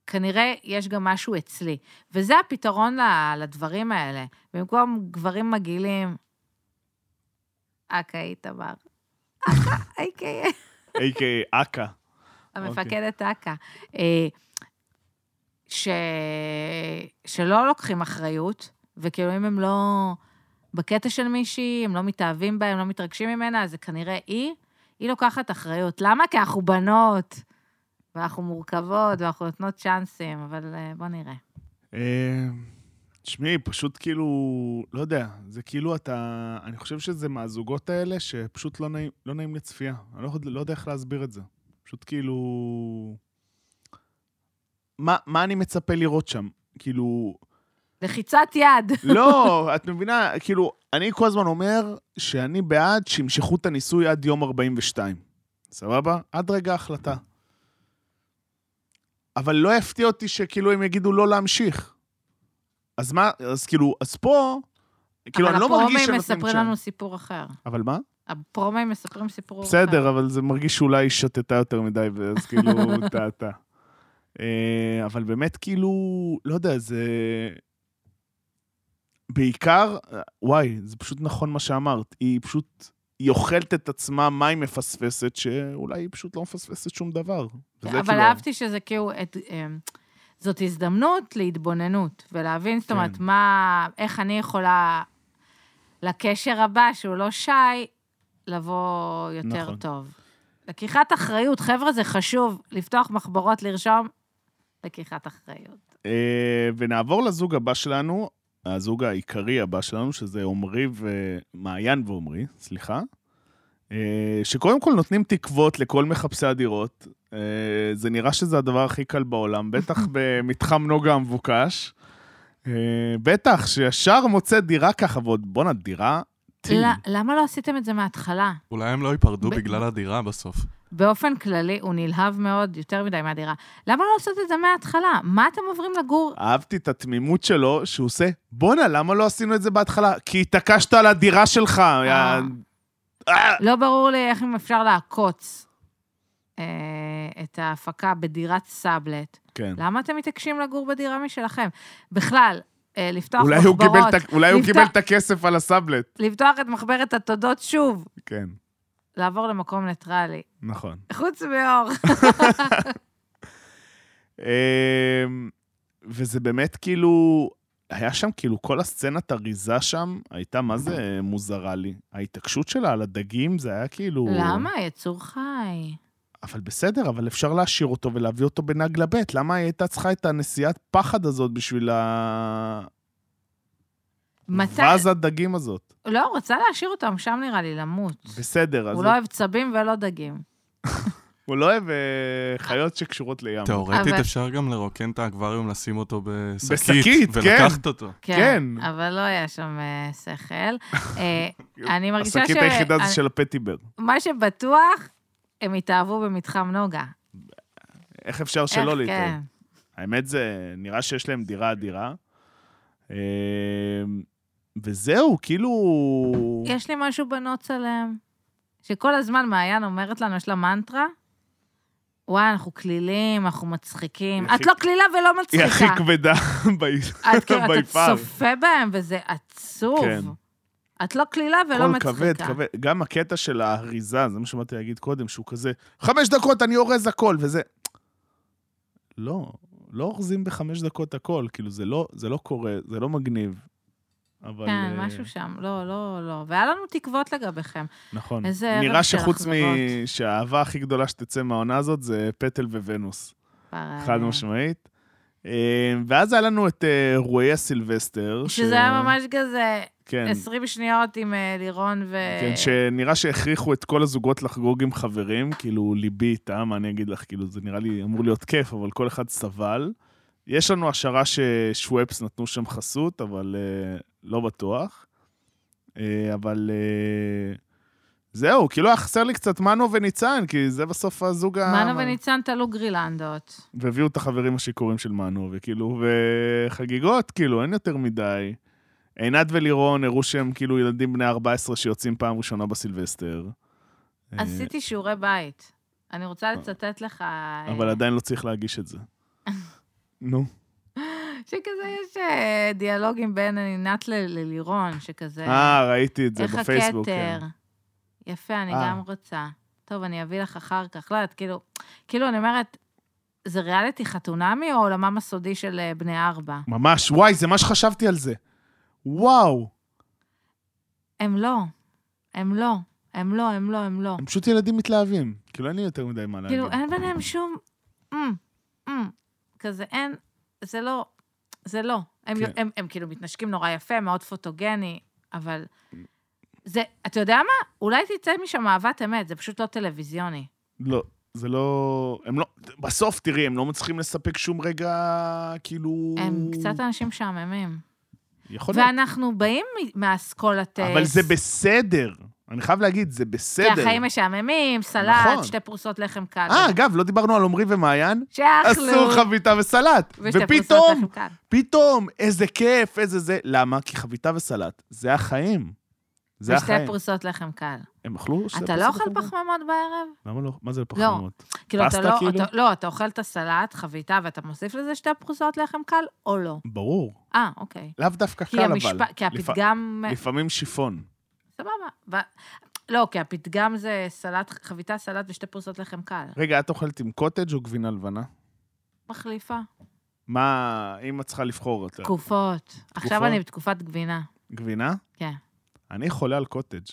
כנראה יש גם משהו אצלי. וזה הפתרון ל- לדברים האלה. במקום גברים מגעילים, אכאי תמר. [laughs] אוקיי. אכא, אכאי. A.K.A. אכ"א. אוקיי. המפקדת אכ"א, אה, ש... שלא לוקחים אחריות, וכאילו אם הם לא בקטע של מישהי, הם לא מתאהבים בה, הם לא מתרגשים ממנה, אז זה כנראה היא, היא לוקחת אחריות. למה? כי אנחנו בנות, ואנחנו מורכבות, ואנחנו נותנות צ'אנסים, אבל אה, בוא נראה. אה, תשמעי, פשוט כאילו, לא יודע, זה כאילו אתה... אני חושב שזה מהזוגות האלה שפשוט לא נעים, לא נעים לצפייה. אני לא, יכול- לא יודע איך להסביר את זה. פשוט כאילו... מה, מה אני מצפה לראות שם? כאילו, לחיצת יד. לא, את מבינה, כאילו, אני כל הזמן אומר שאני בעד שימשכו את הניסוי עד יום 42. סבבה? עד רגע ההחלטה. אבל לא יפתיע אותי שכאילו הם יגידו לא להמשיך. אז מה, אז כאילו, אז פה, כאילו, אני לא מרגיש אבל הפרומים שנותנים מספרים צ'אנס. לנו סיפור אחר. אבל מה? הפרומים מספרים סיפור אחר. בסדר, אבל זה מרגיש שאולי היא שתתה יותר מדי, ואז [laughs] כאילו, טעתה. אה, אבל באמת, כאילו, לא יודע, זה... בעיקר, אה, וואי, זה פשוט נכון מה שאמרת. היא פשוט, היא אוכלת את עצמה, מה היא מפספסת, שאולי היא פשוט לא מפספסת שום דבר. וזה אבל כאילו- אהבתי שזה כאילו, את, אמ, זאת הזדמנות להתבוננות ולהבין, זאת אומרת, כן. מה, איך אני יכולה לקשר הבא, שהוא לא שי, לבוא יותר נכון. טוב. לקיחת אחריות, חבר'ה, זה חשוב, לפתוח מחברות, לרשום, לקיחת אחריות. אה, ונעבור לזוג הבא שלנו, הזוג העיקרי הבא שלנו, שזה עמרי ומעיין ועמרי, סליחה. אה, שקודם כל נותנים תקוות לכל מחפשי הדירות. אה, זה נראה שזה הדבר הכי קל בעולם, בטח במתחם נוגה המבוקש. אה, בטח, שישר מוצא דירה ככה, ועוד בואנה, דירה טיל. ל- למה לא עשיתם את זה מההתחלה? אולי הם לא ייפרדו ב- בגלל הדירה בסוף. באופן כללי, הוא נלהב מאוד, יותר מדי מהדירה. למה לא לעשות את זה מההתחלה? מה אתם עוברים לגור? אהבתי את התמימות שלו, שהוא עושה, בואנה, למה לא עשינו את זה בהתחלה? כי התעקשת על הדירה שלך, יא לא ברור לי איך אם אפשר לעקוץ אה, את ההפקה בדירת סאבלט. כן. למה אתם מתעקשים לגור בדירה משלכם? בכלל, אה, לפתוח אולי הוא, קיבל את, מחברות, ה- אולי הוא לפתוח- קיבל את הכסף על הסאבלט. לפתוח את מחברת התודות שוב, כן, לעבור למקום ניטרלי. נכון. חוץ מאור. אמ, וזה באמת כאילו, היה שם כאילו, כל הסצנת אריזה שם הייתה, מה זה מוזרה לי. ההתעקשות שלה על הדגים זה היה כאילו... למה? יצור חי. אבל בסדר, אבל אפשר להשאיר אותו ולהביא אותו בנגלה ב', למה היא הייתה צריכה את הנסיעת פחד הזאת בשביל ה... מתי? ואז הדגים הזאת. לא, הוא רצה להשאיר אותם שם נראה לי למות. בסדר, אז הוא לא אוהב צבים ולא דגים. הוא לא אוהב אה, חיות שקשורות לים. תאורטית אבל- אפשר גם לרוקן את האקווריום, לשים אותו בשקית. בשקית, כן. ולקחת אותו. כן. כן. אבל לא היה שם אה, שכל. [laughs] אה, אני מרגישה ש... אה- השקית היחידה אני- זה של הפטיבר. מה שבטוח, הם התאהבו במתחם נוגה. איך אפשר איך, שלא להתאהב? כן. האמת זה, נראה שיש להם דירה אדירה. אה, וזהו, כאילו... יש לי משהו בנוץ עליהם, שכל הזמן מעיין אומרת לנו, יש לה מנטרה, וואי, אנחנו כלילים, אנחנו מצחיקים. היא את הכי- לא קלילה ולא היא הכי מצחיקה. כבדה [laughs] את כאילו, by אתה far. צופה בהם, וזה עצוב. כן. את לא קלילה ולא קול מצחיקה. כבד, כבד. גם הקטע של האריזה, זה מה שבאתי להגיד קודם, שהוא כזה, חמש דקות, אני אורז הכל, וזה... לא, לא אורזים בחמש דקות הכל, כאילו, זה לא, זה לא קורה, זה לא מגניב. אבל... כן, אה, משהו שם. לא, לא, לא. והיה לנו תקוות לגביכם. נכון. איזה ערב נראה של שחוץ מ... אכזבות. שהאהבה הכי גדולה שתצא מהעונה הזאת זה פטל וונוס. כבר, אה, חד משמעית. אמ, אה, ואז היה לנו את אה, רועי הסילבסטר. ש- שזה היה ממש כזה כן, 20 שניות עם אה, לירון ו... כן, שנראה שהכריחו את כל הזוגות לחגוג עם חברים, כאילו, ליבי איתם, מה אני אגיד לך, כאילו, זה נראה לי אמור להיות כיף, אבל כל אחד סבל. יש לנו השערה ששוואפס נתנו שם חסות, אבל אה, לא בטוח. אה, אבל אה, זהו, כאילו היה חסר לי קצת מנו וניצן, כי זה בסוף הזוג ה... מנו וניצן תלו גרילנדות. והביאו את החברים השיכורים של מנו, וכאילו, וחגיגות, כאילו, אין יותר מדי. עינת ולירון הראו שהם כאילו ילדים בני 14 שיוצאים פעם ראשונה בסילבסטר. אה, עשיתי שיעורי בית. אני רוצה לצטט לך... אה, אבל עדיין לא צריך להגיש את [laughs] זה. נו. שכזה יש אה, דיאלוגים בין עינת ל- ללירון, שכזה... אה, ראיתי את זה איך בפייסבוק. הכתר? כן. יפה, אני אה. גם רוצה. טוב, אני אביא לך אחר כך. לא יודעת, כאילו... כאילו, אני אומרת, זה ריאליטי חתונמי או עולמם הסודי של אה, בני ארבע? ממש, וואי, זה מה שחשבתי על זה. וואו, הם לא. הם לא. הם לא, הם לא, הם לא. הם פשוט ילדים מתלהבים. כאילו, אין לי יותר מדי מה להגיד. כאילו, אין ביניהם שום... אמ, אמ, כזה אין, זה לא, זה לא. הם, כן. הם, הם כאילו מתנשקים נורא יפה, מאוד פוטוגני, אבל זה, אתה יודע מה? אולי תצא משם אהבת אמת, זה פשוט לא טלוויזיוני. לא, זה לא... הם לא... בסוף, תראי, הם לא מצליחים לספק שום רגע, כאילו... הם קצת אנשים משעממים. יכול להיות. ואנחנו באים מ- מאסכולת... אה, אבל זה ס- בסדר. אני חייב להגיד, זה בסדר. כי החיים משעממים, סלט, נכון. שתי פרוסות לחם קל. אה, אגב, לא דיברנו על עמרי ומעיין? שאכלו. אסור חביתה וסלט. ושתי פרוסות ופתאום, לחם קל. פתאום, איזה כיף, איזה זה. למה? כי חביתה וסלט, זה החיים. זה ושתי החיים. פרוסות לחם קל. הם אכלו שתי אתה לא אוכל לחם? פחמימות בערב? למה לא? מה זה פחמימות? כאילו, אתה פסטה, לא, כאילו? אתה, לא, אתה אוכל את הסלט, חביתה, ואתה מוסיף לזה שתי פרוסות לחם קל, או לא? ברור. אה, אוקיי. לאו דווקא כי, קל, אבל. המשפ... כי לפ- הפתגם... לפעמים שיפון. סבבה. ו... לא, כי הפתגם זה סלט, חביתה, סלט ושתי פרוסות לחם קל. רגע, את אוכלת עם קוטג' או גבינה לבנה? מחליפה. מה, אם את צריכה לבחור את תקופות. עכשיו אני בתקופת גבינה. גבינה? כן. אני חולה על קוטג'.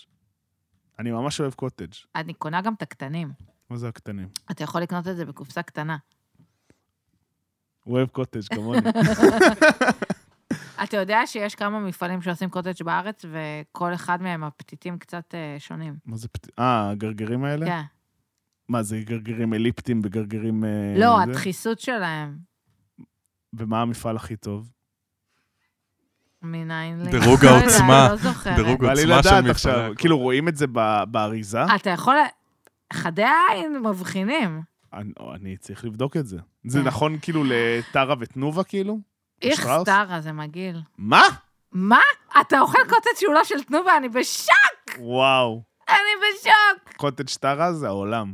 אני ממש אוהב קוטג'. אני קונה גם את הקטנים. מה זה הקטנים? אתה יכול לקנות את זה בקופסה קטנה. הוא אוהב קוטג' כמוני. [laughs] אתה יודע שיש כמה מפעלים שעושים קוטג' בארץ, וכל אחד מהם הפתיתים קצת אה, שונים. מה זה פת... אה, הגרגירים האלה? כן. מה זה, גרגירים אליפטיים וגרגירים... אה, לא, זה? הדחיסות שלהם. ומה המפעל הכי טוב? מניין לי. דירוג לא יודעת, העוצמה. לא זוכרת. דירוג אה? בא לי עוצמה של לדעת עכשיו. מפעל. כאילו, רואים את זה ב- באריזה? אתה יכול... חדי העין מבחינים. אני- אני צריך לבדוק את זה. זה כן. נכון כאילו לטרה ותנובה, כאילו? איך שטראוס? סטארה, זה מגעיל. מה? מה? אתה אוכל קוטג' שהוא לא של תנובה? אני בשוק! וואו. אני בשוק! קוטג' טרה זה העולם.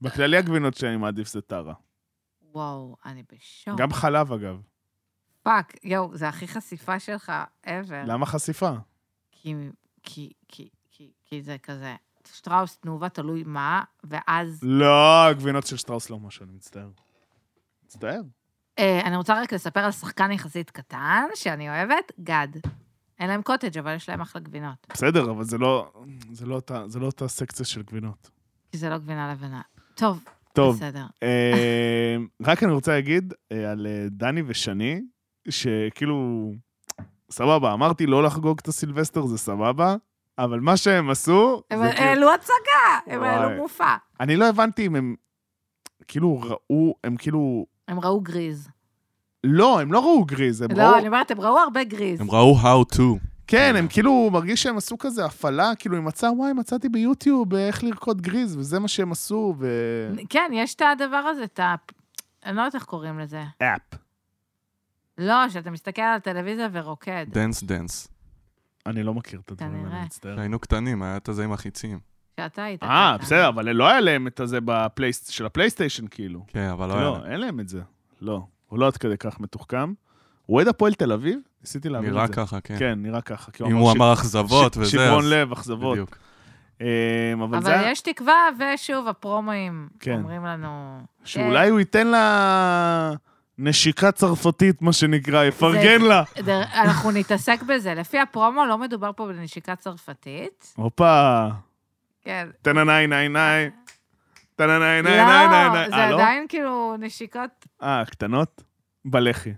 בכללי הגבינות שאני מעדיף זה טרה. וואו, אני בשוק. גם חלב, אגב. פאק, יואו, זה הכי חשיפה שלך ever. למה חשיפה? כי, כי, כי, כי, כי זה כזה, שטראוס תנובה תלוי מה, ואז... לא, הגבינות של שטראוס לא משהו, אני מצטער. מצטער. אה, אני רוצה רק לספר על שחקן יחסית קטן, שאני אוהבת, גד. אין להם קוטג', אבל יש להם אחלה גבינות. בסדר, אבל זה לא, זה לא, אותה, זה לא אותה סקציה של גבינות. כי זה לא גבינה לבנה. טוב, טוב, בסדר. אה, רק אני רוצה להגיד אה, על אה, דני ושני, שכאילו, סבבה, אמרתי לא לחגוג את הסילבסטר, זה סבבה, אבל מה שהם עשו, הם זה כאילו, העלו הצגה, הם אה, וואי. העלו מופע. אני לא הבנתי אם הם כאילו ראו, הם כאילו, הם ראו גריז. לא, הם לא ראו גריז, הם לא, ראו... אני אומרת, הם ראו הרבה גריז. הם ראו how to. כן, הם כאילו, מרגיש שהם עשו כזה הפעלה, כאילו, אם מצא, וואי, מצאתי ביוטיוב אה, איך לרקוד גריז, וזה מה שהם עשו, ו... כן, יש את הדבר הזה, את ה... אני לא יודעת איך קוראים לזה. אפ. לא, שאתה מסתכל על הטלוויזיה ורוקד. דנס דנס. אני לא מכיר את הדברים האלה, כנראה. אני מצטער. היינו קטנים, היה את הזה עם החיצים. שאתה היית. אה, קטן. בסדר, אבל לא היה להם את הזה בפלייס- של הפלייסטיישן, כאילו. כן, אבל לא היה. לא, להם. אין להם את זה. לא, הוא לא עד כדי כך מתוחכם. הוא אוהד הפועל תל אביב? ניסיתי להבין את זה. נראה ככה, כן. כן, נראה ככה. כי אם הוא ש- אמר ש- אכזבות וזה, אז... שברון לב, אכזבות. בדיוק. אמ, אבל זה... אבל יש תקווה, ושוב, הפרומואים כן. אומרים לנו... אה, שאולי הוא ייתן לה נשיקה צרפתית, מה שנקרא, יפרגן לה. אה, דר- אנחנו נתעסק בזה. לפי הפרומו, לא מדובר פה בנשיקה צרפתית. הופה, כן. תן עיניי, עיניי, עיניי. טנה נה נה נה נה לא, נה. זה אה, לא? עדיין כאילו נשיקות אה, קטנות? בלחי,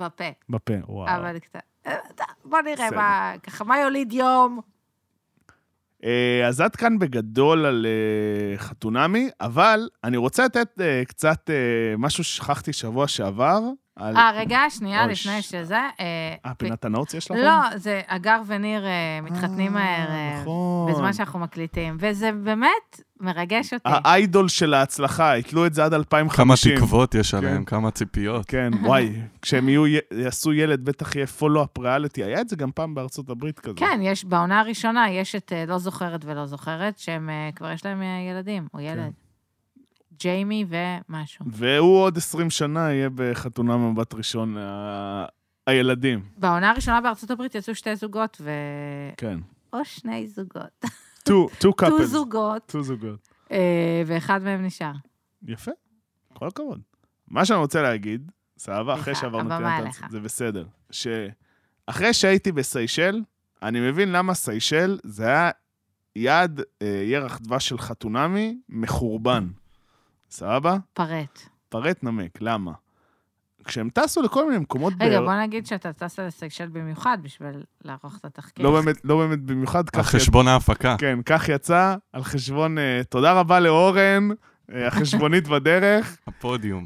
בפה, בפה, וואו. אבל קצת... בוא נראה מה, ככה, מה יוליד יום? אה, אז עד כאן בגדול על אה, חתונמי, אבל אני רוצה לתת אה, קצת אה, משהו ששכחתי שבוע שעבר. על- אה, רגע, שנייה, אוי, לפני ש- שזה... אה, אה, פינת הנאוץ יש לכם? לא, זה הגר וניר אה, מתחתנים אה, הערב, נכון. בזמן שאנחנו מקליטים, וזה באמת מרגש אה, אותי. האיידול של ההצלחה, יתלו את זה עד כמה 2050. תקוות יש כן. עליהם, כמה ציפיות. כן, וואי, כשהם יהיו, יעשו ילד, בטח יהיה פולו-אפ ריאליטי. היה את זה גם פעם בארצות הברית כזה. כן, יש, בעונה הראשונה יש את אה, לא זוכרת ולא זוכרת, שהם אה, כבר יש להם אה, ילדים, כן. או ילד. ג'יימי ומשהו. והוא עוד 20 שנה יהיה בחתונה מבט ראשון ה... הילדים. בעונה הראשונה בארצות הברית יצאו שתי זוגות, ו... כן. או שני זוגות. Two, two טו couples. זוגות, two זוגות. אה, ואחד מהם נשאר. יפה, כל הכבוד. מה שאני רוצה להגיד, סבבה, אחרי סליחה, שעברנו הבמה פינת עליך. הארצות, זה בסדר. שאחרי שהייתי בסיישל, אני מבין למה סיישל זה היה יעד אה, ירח דבש של חתונמי מחורבן. סבבה? פרט. פרט נמק, למה? כשהם טסו לכל מיני מקומות רגע, ב- בוא נגיד שאתה טס לסגשל במיוחד בשביל לערוך את התחקיר. לא באמת, לא באמת במיוחד, על כך יצא. חשבון ההפקה. כן, כך יצא, על חשבון... אה, תודה רבה לאורן, אה, החשבונית בדרך. הפודיום.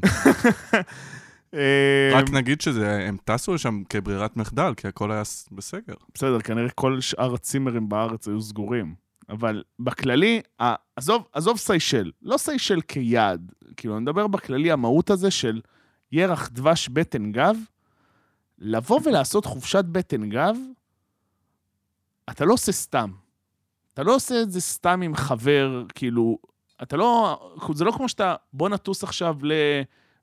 אה, רק נגיד שזה, הם טסו לשם כברירת מחדל, כי הכל היה ס- בסגר. בסדר, כנראה כל שאר הצימרים בארץ היו סגורים. אבל בכללי, ה- עזוב, עזוב סיישל, לא סיישל כיעד. כאילו, אני מדבר בכללי, המהות הזה של ירח, דבש, בטן גב, לבוא ולעשות חופשת בטן גב, אתה לא עושה סתם. אתה לא עושה את זה סתם עם חבר, כאילו, אתה לא, זה לא כמו שאתה, בוא נטוס עכשיו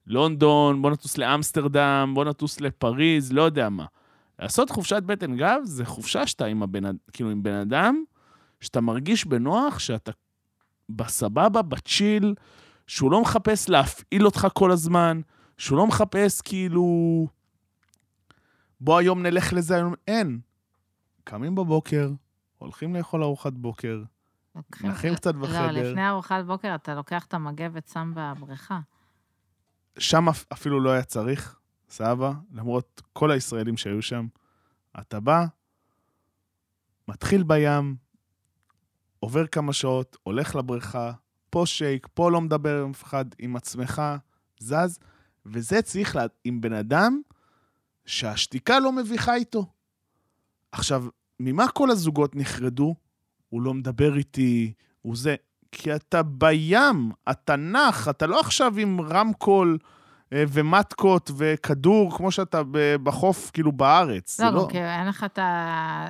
ללונדון, בוא נטוס לאמסטרדם, בוא נטוס לפריז, לא יודע מה. לעשות חופשת בטן גב זה חופשה שאתה עם הבן, אד- כאילו עם בן אדם, שאתה מרגיש בנוח, שאתה בסבבה, בצ'יל, שהוא לא מחפש להפעיל אותך כל הזמן, שהוא לא מחפש כאילו... בוא היום נלך לזה, היום... אין. קמים בבוקר, הולכים לאכול ארוחת בוקר, לוקחים- נחים קצת [laughs] לא, בחדר, לפני ארוחת בוקר אתה לוקח את המגב ושם בבריכה. שם אפ- אפילו לא היה צריך, סבא, למרות כל הישראלים שהיו שם. אתה בא, מתחיל בים, עובר כמה שעות, הולך לבריכה, פה שייק, פה לא מדבר עם אף אחד, עם עצמך, זז, וזה צריך לה... עם בן אדם שהשתיקה לא מביכה איתו. עכשיו, ממה כל הזוגות נחרדו? הוא לא מדבר איתי, הוא זה. כי אתה בים, אתה נח, אתה לא עכשיו עם רמקול אה, ומטקות וכדור, כמו שאתה ב- בחוף, כאילו בארץ. זה לא, גם כאילו, אין לך את ה...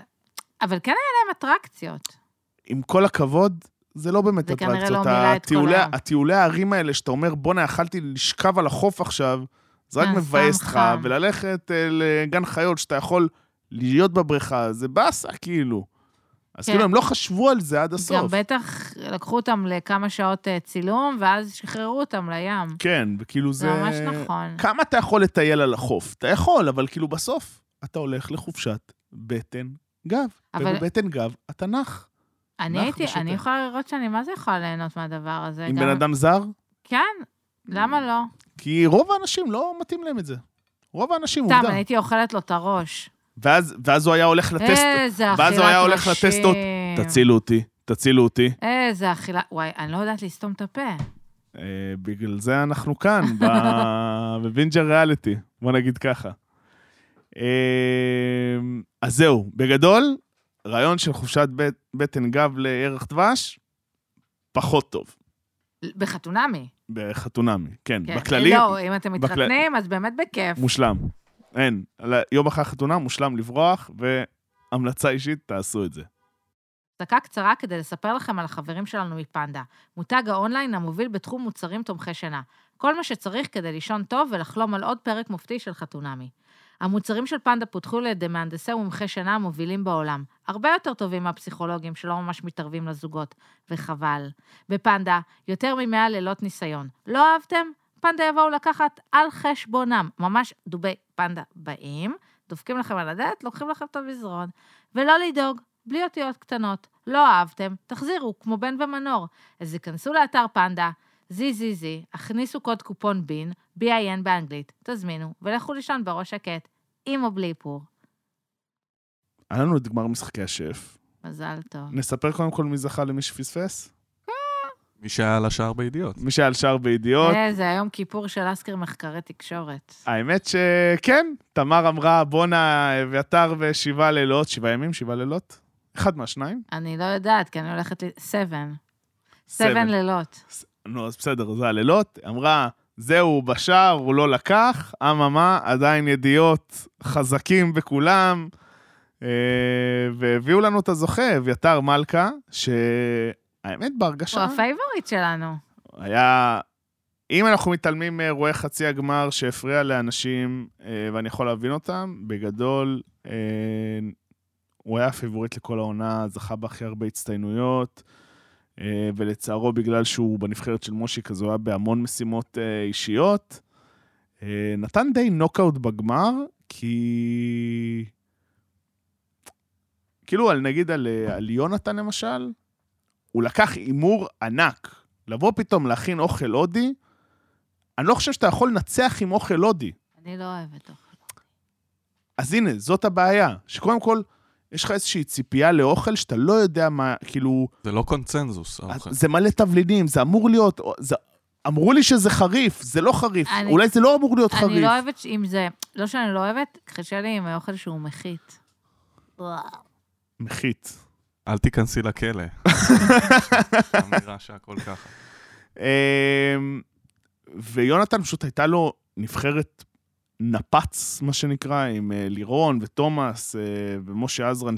אבל כן היה להם אטרקציות. עם כל הכבוד, זה לא באמת זה כנראה אטרקציות. לא מילא את כל הטיולי- היום. הטיולי הערים האלה, שאתה אומר, בואנה, יכלתי לשכב על החוף עכשיו, זה רק אה, מבאס סתם אותך, חם. וללכת אה, לגן חיות שאתה יכול להיות בבריכה, זה באסה, כאילו. אז כן. כאילו, הם לא חשבו על זה עד גם הסוף. בטח לקחו אותם לכמה שעות אה, צילום, ואז שחררו אותם לים. כן, וכאילו זה... זה ממש נכון. כמה אתה יכול לטייל על החוף? אתה יכול, אבל כאילו בסוף, אתה הולך לחופשת בטן גב. אבל- ובבטן גב אתה נח. אני נח הייתי, ושותה. אני יכולה לראות שאני מה זה יכולה ליהנות מהדבר הזה. עם גם- בן אדם זר? כן, למה לא? כי רוב האנשים לא מתאים להם את זה. רוב האנשים, עובדה. סתם, אני הייתי אוכלת לו את הראש. ואז, ואז הוא היה הולך לטסט, איזה אכילת ואז ראשים. הוא היה הולך לטסטות, תצילו אותי, תצילו אותי. איזה אכילה, וואי, אני לא יודעת לסתום את הפה. אה, בגלל זה אנחנו [laughs] כאן, ב... בווינג'ר ריאליטי, בוא נגיד ככה. אה, אז זהו, בגדול, רעיון של חופשת בט, בטן גב לירח דבש, פחות טוב, בחתונמי. בחתונמי, כן, כן. בכללי, לא, אם אתם בכלל- מתחתנים, אז באמת בכיף. מושלם. אין, ל- יום אחרי החתונה, מושלם לברוח, והמלצה אישית, תעשו את זה. הפסקה קצרה כדי לספר לכם על החברים שלנו מפנדה, מותג האונליין המוביל בתחום מוצרים תומכי שינה. כל מה שצריך כדי לישון טוב ולחלום על עוד פרק מופתי של חתונמי. המוצרים של פנדה פותחו על ידי מהנדסי ומומחי שינה המובילים בעולם. הרבה יותר טובים מהפסיכולוגים שלא ממש מתערבים לזוגות, וחבל. בפנדה, יותר מ-100 לילות ניסיון. לא אהבתם? פנדה יבואו לקחת על חשבונם. ממש דובי פנדה באים, דופקים לכם על הדלת, לוקחים לכם את המזרון. ולא לדאוג, בלי אותיות קטנות. לא אהבתם, תחזירו, כמו בן ומנור. אז היכנסו לאתר פנדה, ZZZ, הכניסו קוד קופון בין, BIN באנגלית, תזמינו, ולכו לישון בראש שקט, עם או בלי איפור. היה לנו את גמר משחקי השף. מזל טוב. נספר קודם כל מי זכה למי שפספס? מי שהיה על השער בידיעות. מי שהיה על שער בידיעות. אה, זה היום כיפור של אסקר מחקרי תקשורת. האמת שכן, תמר אמרה, בואנה, אביתר ושבעה לילות, שבעה ימים, שבעה לילות? אחד מהשניים. אני לא יודעת, כי אני הולכת ל... סבן. Seven. סבן לילות. נו, אז בסדר, זה הלילות. אמרה, זהו, הוא בשער, הוא לא לקח, אממה, עדיין ידיעות חזקים בכולם. אה, והביאו לנו את הזוכה, אביתר מלכה, שהאמת הוא בהרגשה... הפייבוריט שלנו. היה... אם אנחנו מתעלמים מאירועי חצי הגמר שהפריע לאנשים, אה, ואני יכול להבין אותם, בגדול, אה, הוא היה הפיבוריט לכל העונה, זכה בהכי הרבה הצטיינויות, אה, ולצערו, בגלל שהוא בנבחרת של מושיק, אז הוא היה בהמון משימות אה, אישיות. אה, נתן די נוקאוט בגמר, כי... כאילו, על, נגיד על, אה, על יונתן למשל, הוא לקח הימור ענק. לבוא פתאום להכין אוכל הודי, אני לא חושב שאתה יכול לנצח עם אוכל הודי. אני לא אוהבת אוכל. אז הנה, זאת הבעיה, שקודם כל, יש לך איזושהי ציפייה לאוכל שאתה לא יודע מה, כאילו, זה לא קונצנזוס, האוכל. זה מלא תבלינים, זה אמור להיות, זה, אמרו לי שזה חריף, זה לא חריף, אני- אולי זה לא אמור להיות חריף. אני לא אוהבת ש- אם זה... לא שאני לא אוהבת, קשה לי עם האוכל שהוא מחית. מחית. אל [laughs] תיכנסי לכלא. אמירה שהכל ככה. אמ, ויונתן פשוט הייתה לו נבחרת נפץ, מה שנקרא, עם אה, לירון ותומאס אה, ומשה עזרן,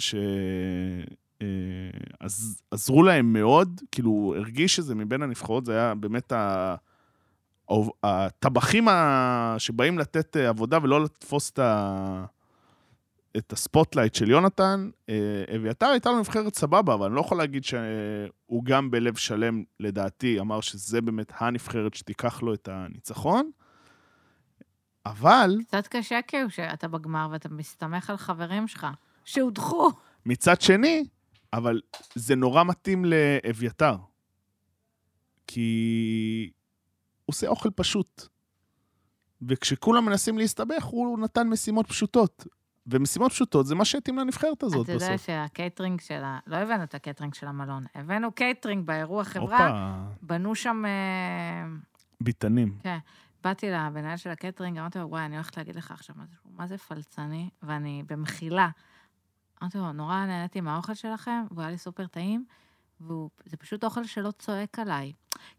שעזרו להם מאוד, כאילו, הרגיש שזה מבין הנבחרות, זה היה באמת ה... האוב- הטבחים ה- שבאים לתת אה, עבודה ולא לתפוס את, ה... את הספוטלייט של יונתן. אה, אביתר הייתה לו נבחרת סבבה, אבל אני לא יכול להגיד שהוא גם בלב שלם, לדעתי, אמר שזה באמת הנבחרת שתיקח לו את הניצחון. אבל קצת קשה כאילו שאתה בגמר ואתה מסתמך על חברים שלך, שהודחו. מצד שני, אבל זה נורא מתאים לאביתר. כי הוא עושה אוכל פשוט. וכשכולם מנסים להסתבך, הוא נתן משימות פשוטות. ומשימות פשוטות זה מה שהתאים לנבחרת הזאת אתה יודע בסוף. שהקייטרינג של ה... לא הבאנו את הקייטרינג של המלון, הבאנו קייטרינג באירוע חברה, בנו שם... אה, ביטנים. באתי למנהל של הקייטרינג, אמרתי לו, וואי, אני הולכת להגיד לך עכשיו משהו, מה זה פלצני? ואני במחילה. אמרתי לו, נורא נהניתי מהאוכל שלכם, והוא היה לי סופר טעים, וזה פשוט אוכל שלא צועק עליי.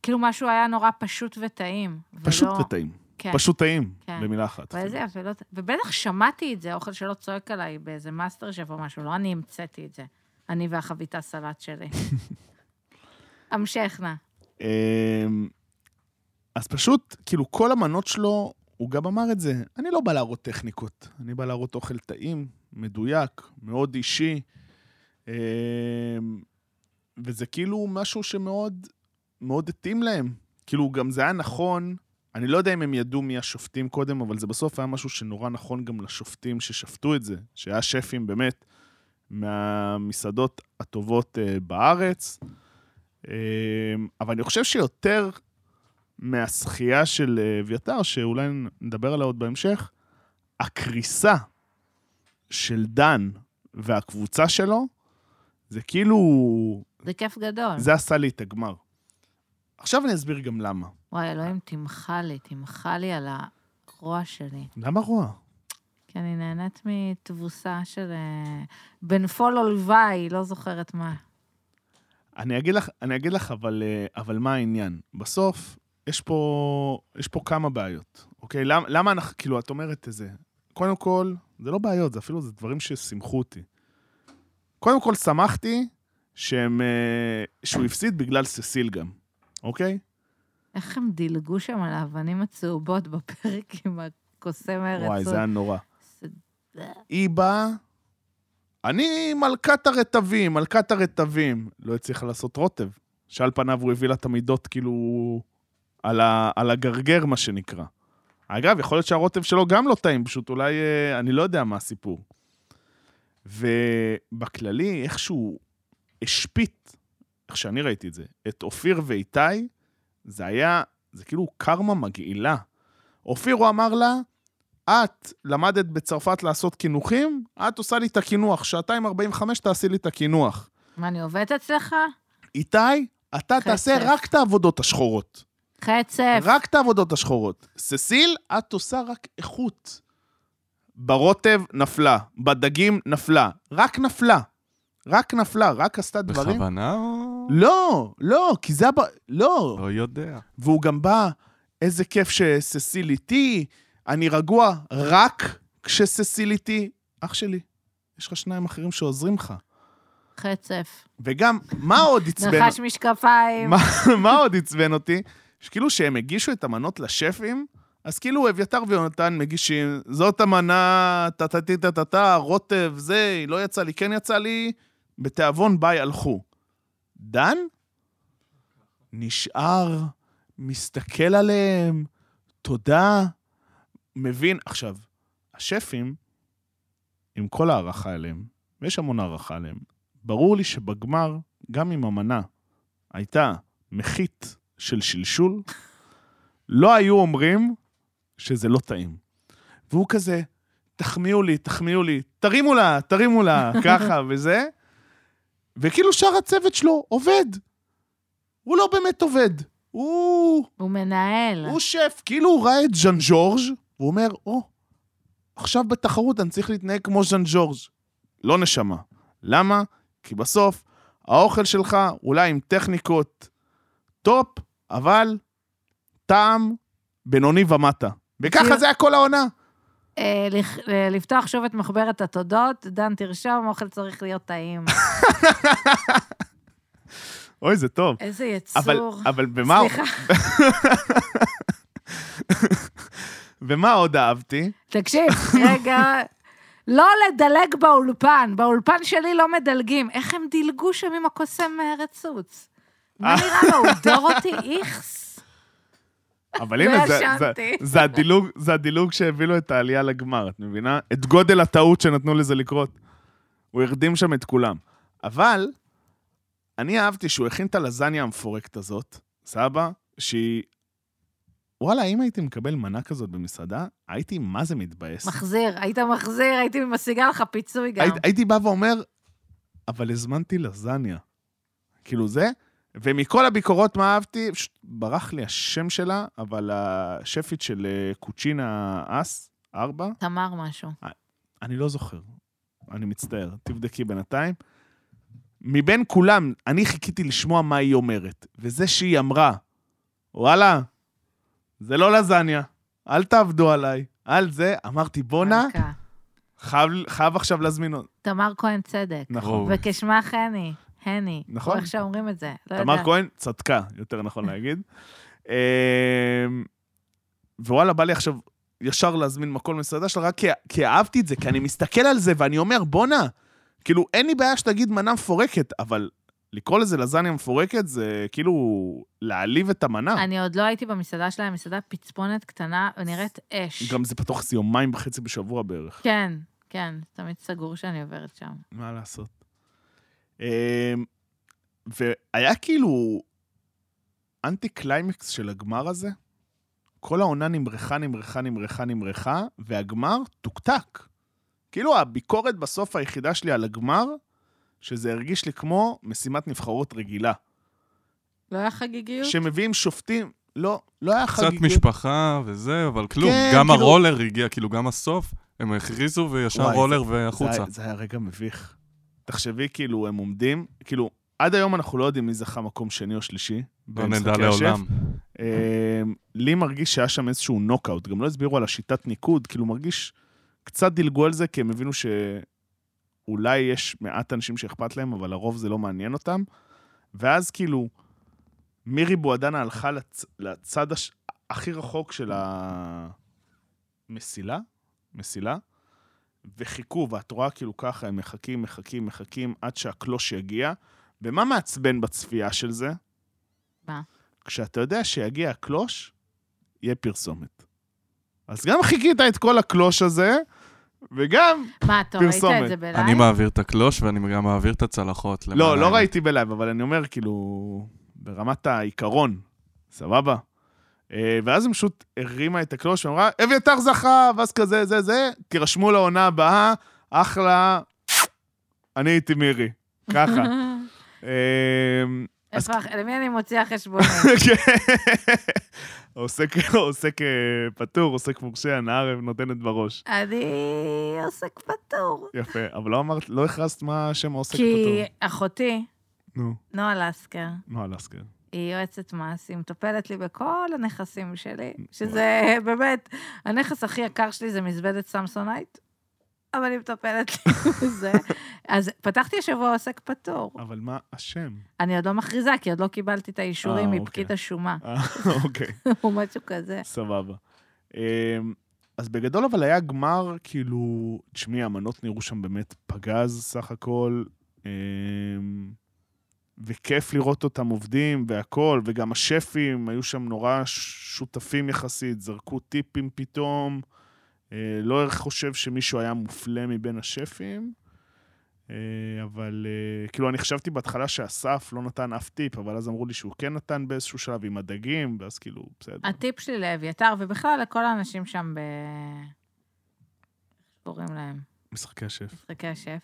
כאילו משהו היה נורא פשוט וטעים. פשוט ולא- וטעים. כן. פשוט טעים, כן. במילה אחת. אבל זה, ולא... לא ובטח שמעתי את זה, אוכל שלא צועק עליי באיזה מאסטר שף או משהו, לא אני המצאתי את זה. אני והחביתה [laughs] סלט שלי. המשך נא. אמ, אז פשוט, כאילו, כל המנות שלו, הוא גם אמר את זה, אני לא בא להראות טכניקות, אני בא להראות אוכל טעים, מדויק, מאוד אישי, אמ, וזה כאילו משהו שמאוד מאוד התאים להם. כאילו, גם זה היה נכון, אני לא יודע אם הם ידעו מי השופטים קודם, אבל זה בסוף היה משהו שנורא נכון גם לשופטים ששפטו את זה, שהיה שפים באמת מהמסעדות הטובות אה, בארץ. אה, אבל אני חושב שיותר מהשחייה של אה, אביתר, שאולי נדבר עליה עוד בהמשך, הקריסה של דן והקבוצה שלו, זה כאילו, זה כיף גדול. זה עשה לי את הגמר. עכשיו אני אסביר גם למה. וואי, אלוהים, תמחה לי, תמחה לי על הרוע שלי. למה רוע? כי אני נהנית מתבוסה של אה, בן פול אולוואי, לא זוכרת מה. אני אגיד לך, אני אגיד לך אבל, אה, אבל מה העניין? בסוף, יש פה, יש פה כמה בעיות, אוקיי? למה, למה אנחנו, כאילו, את אומרת את זה? קודם כל, זה לא בעיות, זה אפילו, זה דברים ששימחו אותי. קודם כל, שמחתי שהם, אה, שהוא הפסיד בגלל ססיל גם, אוקיי? איך הם דילגו שם על האבנים הצהובות בפרק עם הקוסם הארץ? וואי, זה היה נורא. זה- היא באה, אני מלכת הרטבים, מלכת הרטבים. לא הצליחה לעשות רוטב, שעל פניו הוא הביא לה את המידות כאילו על, ה, על הגרגר, מה שנקרא. אגב, יכול להיות שהרוטב שלו גם לא טעים, פשוט אולי, אה, אני לא יודע מה הסיפור. ובכללי, איכשהו השפיט, איך שאני ראיתי את זה, את אופיר ואיתי, זה היה, זה כאילו קרמה מגעילה. אופיר, הוא אמר לה, את למדת בצרפת לעשות קינוחים, את עושה לי את הקינוח, שעתיים 45 תעשי לי את הקינוח. מה, אני עובדת אצלך? איתי, אתה חצף. תעשה רק את העבודות השחורות. חצף. רק את העבודות השחורות. ססיל, את עושה רק איכות. ברוטב נפלה, בדגים נפלה, רק נפלה. רק נפלה, רק עשתה דברים. בכוונה או... לא, לא, כי זה... הב- לא. לא יודע. והוא גם בא, איזה כיף שססיל איתי, אני רגוע רק כשססיל איתי. אח שלי, יש לך שניים אחרים שעוזרים לך. חצף. וגם, מה עוד עצבן... נרחש משקפיים. מה- מה עוד עצבן אותי? שכאילו שהם הגישו את המנות לשפים, אז כאילו אביתר ויונתן מגישים, זאת המנה, טה-טה-טה-טה-טה, רוטב, זה, לא יצא לי, כן יצא לי, בתיאבון ביי הלכו. דן נשאר, מסתכל עליהם, תודה, מבין. עכשיו, השפים, עם כל הערכה אליהם, ויש המון הערכה אליהם, ברור לי שבגמר, גם אם המנה הייתה מחית של שלשול, לא היו אומרים שזה לא טעים. והוא כזה, תחמיאו לי, תחמיאו לי, תרימו לה, תרימו לה, ככה וזה. וכאילו שאר הצוות שלו עובד. הוא לא באמת עובד. הוא... הוא מנהל. הוא שף, כאילו הוא ראה את ז'אן ז'ורג', והוא אומר, או, עכשיו בתחרות אני צריך להתנהג כמו ז'אן ז'ורג'. לא נשמה. למה? כי בסוף האוכל שלך אולי עם טכניקות טופ, אבל טעם בינוני ומטה. וככה כאילו- זה היה כל העונה. אה, לכ- אה, לפתוח שוב את מחברת התודות, דן, תרשום, אוכל צריך להיות טעים. אוי, זה טוב. [laughs] איזה אבל, יצור. אבל במה... סליחה. ומה עוד אהבתי? [laughs] תקשיב, רגע, לא לדלג באולפן, באולפן שלי לא מדלגים. איך הם דילגו שם עם הקוסם אה, רצוץ? מה נראה לו, הוא דורותי איכס? אבל לא הנה, זה, זה, ישנתי. זה, הדילוג, זה הדילוג שהביא לו את העלייה לגמר, את מבינה? את גודל הטעות שנתנו לזה לקרות. הוא הרדים שם את כולם. אבל אני אהבתי שהוא הכין את הלזניה המפורקת הזאת, סבא, שהיא... וואלה, אם הייתי מקבל מנה כזאת במסעדה, הייתי מה זה מתבאס. מחזיר, היית מחזיר, הייתי משיגה לך פיצוי גם. היית, הייתי בא ואומר, אבל הזמנתי לזניה. כאילו זה, ומכל הביקורות מה אהבתי, פשוט ברח לי השם שלה, אבל השפית של אה, קוצ'ינה אס, ארבע, תמר משהו. אני לא זוכר. אני מצטער, תבדקי בינתיים. מבין כולם, אני חיכיתי לשמוע מה היא אומרת, וזה שהיא אמרה, וואלה, זה לא לזניה, אל תעבדו עליי, על זה, אמרתי, בואנה, מלכה. חייב, חייב עכשיו להזמין עוד. תמר כהן צדק. נכון. וכשמה חני, הני. נכון. או איך שאומרים את זה, לא תמר יודעת. כהן צדקה, יותר נכון להגיד. אמ, ווואלה, בא לי עכשיו ישר להזמין מקום למסעדה שלה, רק כי- כי אהבתי את זה, כי אני מסתכל על זה ואני אומר, בואנה, כאילו, אין לי בעיה שתגיד מנה מפורקת, אבל לקרוא לזה לזניה מפורקת זה כאילו להעליב את המנה. אני עוד לא הייתי במסעדה שלהם, מסעדה פצפונת קטנה, ונראית אש. גם זה פתוח איזה יומיים וחצי בשבוע בערך, כן, כן, תמיד סגור שאני עוברת שם. מה לעשות. אמ, והיה כאילו אנטי קליימקס של הגמר הזה. כל העונה נמרחה, נמרחה, נמרחה, נמרחה, והגמר תוקתק. כאילו הביקורת בסוף היחידה שלי על הגמר, שזה הרגיש לי כמו משימת נבחרות רגילה. לא היה חגיגיות? שמביאים שופטים, לא, לא היה קצת חגיגיות. משפחה וזה, אבל כלום. כן, גם כאילו- הרולר הגיע, כאילו גם הסוף, הם הכריזו וישר וואי, רולר זה, והחוצה. היה- זה היה רגע מביך. תחשבי, כאילו, הם עומדים, כאילו, עד היום אנחנו לא יודעים מי זכה מקום שני או שלישי. לא נדע במשחקי השף. לעולם. אמ, לי מרגיש שהיה שם איזשהו נוקאוט, גם לא הסבירו על השיטת ניקוד, כאילו מרגיש, קצת דילגו על זה, כי הם הבינו שאולי יש מעט אנשים שאכפת להם, אבל לרוב זה לא מעניין אותם. ואז כאילו, מירי בועדנה הלכה לצ... לצד הש... הכי רחוק של המסילה, מסילה, וחיכו, ואת רואה כאילו ככה, הם מחכים, מחכים, מחכים, עד שהקלוש יגיע. ומה מעצבן בצפייה של זה? מה? כשאתה יודע שיגיע הקלוש, יהיה פרסומת. אז גם חיכית את כל הקלוש הזה, וגם, מה, אתה ראית פרסומת. את זה בלייב? אני מעביר את הקלוש ואני גם מעביר את הצלחות. למעלה. לא, לא ראיתי בלייב, אבל אני אומר, כאילו, ברמת העיקרון, סבבה? אה, ואז היא פשוט הרימה את הקלוש ואמרה, אביתר זכה, ואז כזה, זה, זה, תירשמו לעונה הבאה, אחלה, אני הייתי מירי. [laughs] ככה. אה, [laughs] אז- איפה, למי אני מוציאה חשבונות? [laughs] עוסק, עוסק אה, פטור, עוסק מורשה, הנהר נותנת בראש. אני עוסק פטור. יפה, אבל לא אמרת, לא הכרזת מה שם העוסק כי פטור. אחותי, נו, נועה לסקר, נועה לסקר. היא יועצת מס, היא מטפלת לי בכל הנכסים שלי, [laughs] שזה באמת, הנכס הכי יקר שלי זה מזוודת סמסונייט, אבל היא מטפלת [laughs] לי בזה. אז פתחתי השבוע עוסק פטור. אבל מה השם? אני עוד לא מכריזה, כי עוד לא קיבלתי את האישורים אה, מפקיד אוקיי. [laughs] השומה, אה, אוקיי, או משהו כזה. סבבה. אמ, אז בגדול אבל היה גמר, כאילו, תשמעי, המנות נראו שם באמת פגז סך הכל, אמ, וכיף לראות אותם עובדים והכול, וגם השפים היו שם נורא שותפים יחסית, זרקו טיפים פתאום. אה, לא חושב שמישהו היה מופלה מבין השפים, אה, אבל אה, כאילו, אני חשבתי בהתחלה שאסף לא נתן אף טיפ, אבל אז אמרו לי שהוא כן נתן באיזשהו שלב עם הדגים, ואז כאילו, בסדר. הטיפ שלי לאביתר, ובכלל לכל האנשים שם ב... איך קוראים להם? משחקי השף. משחקי השף,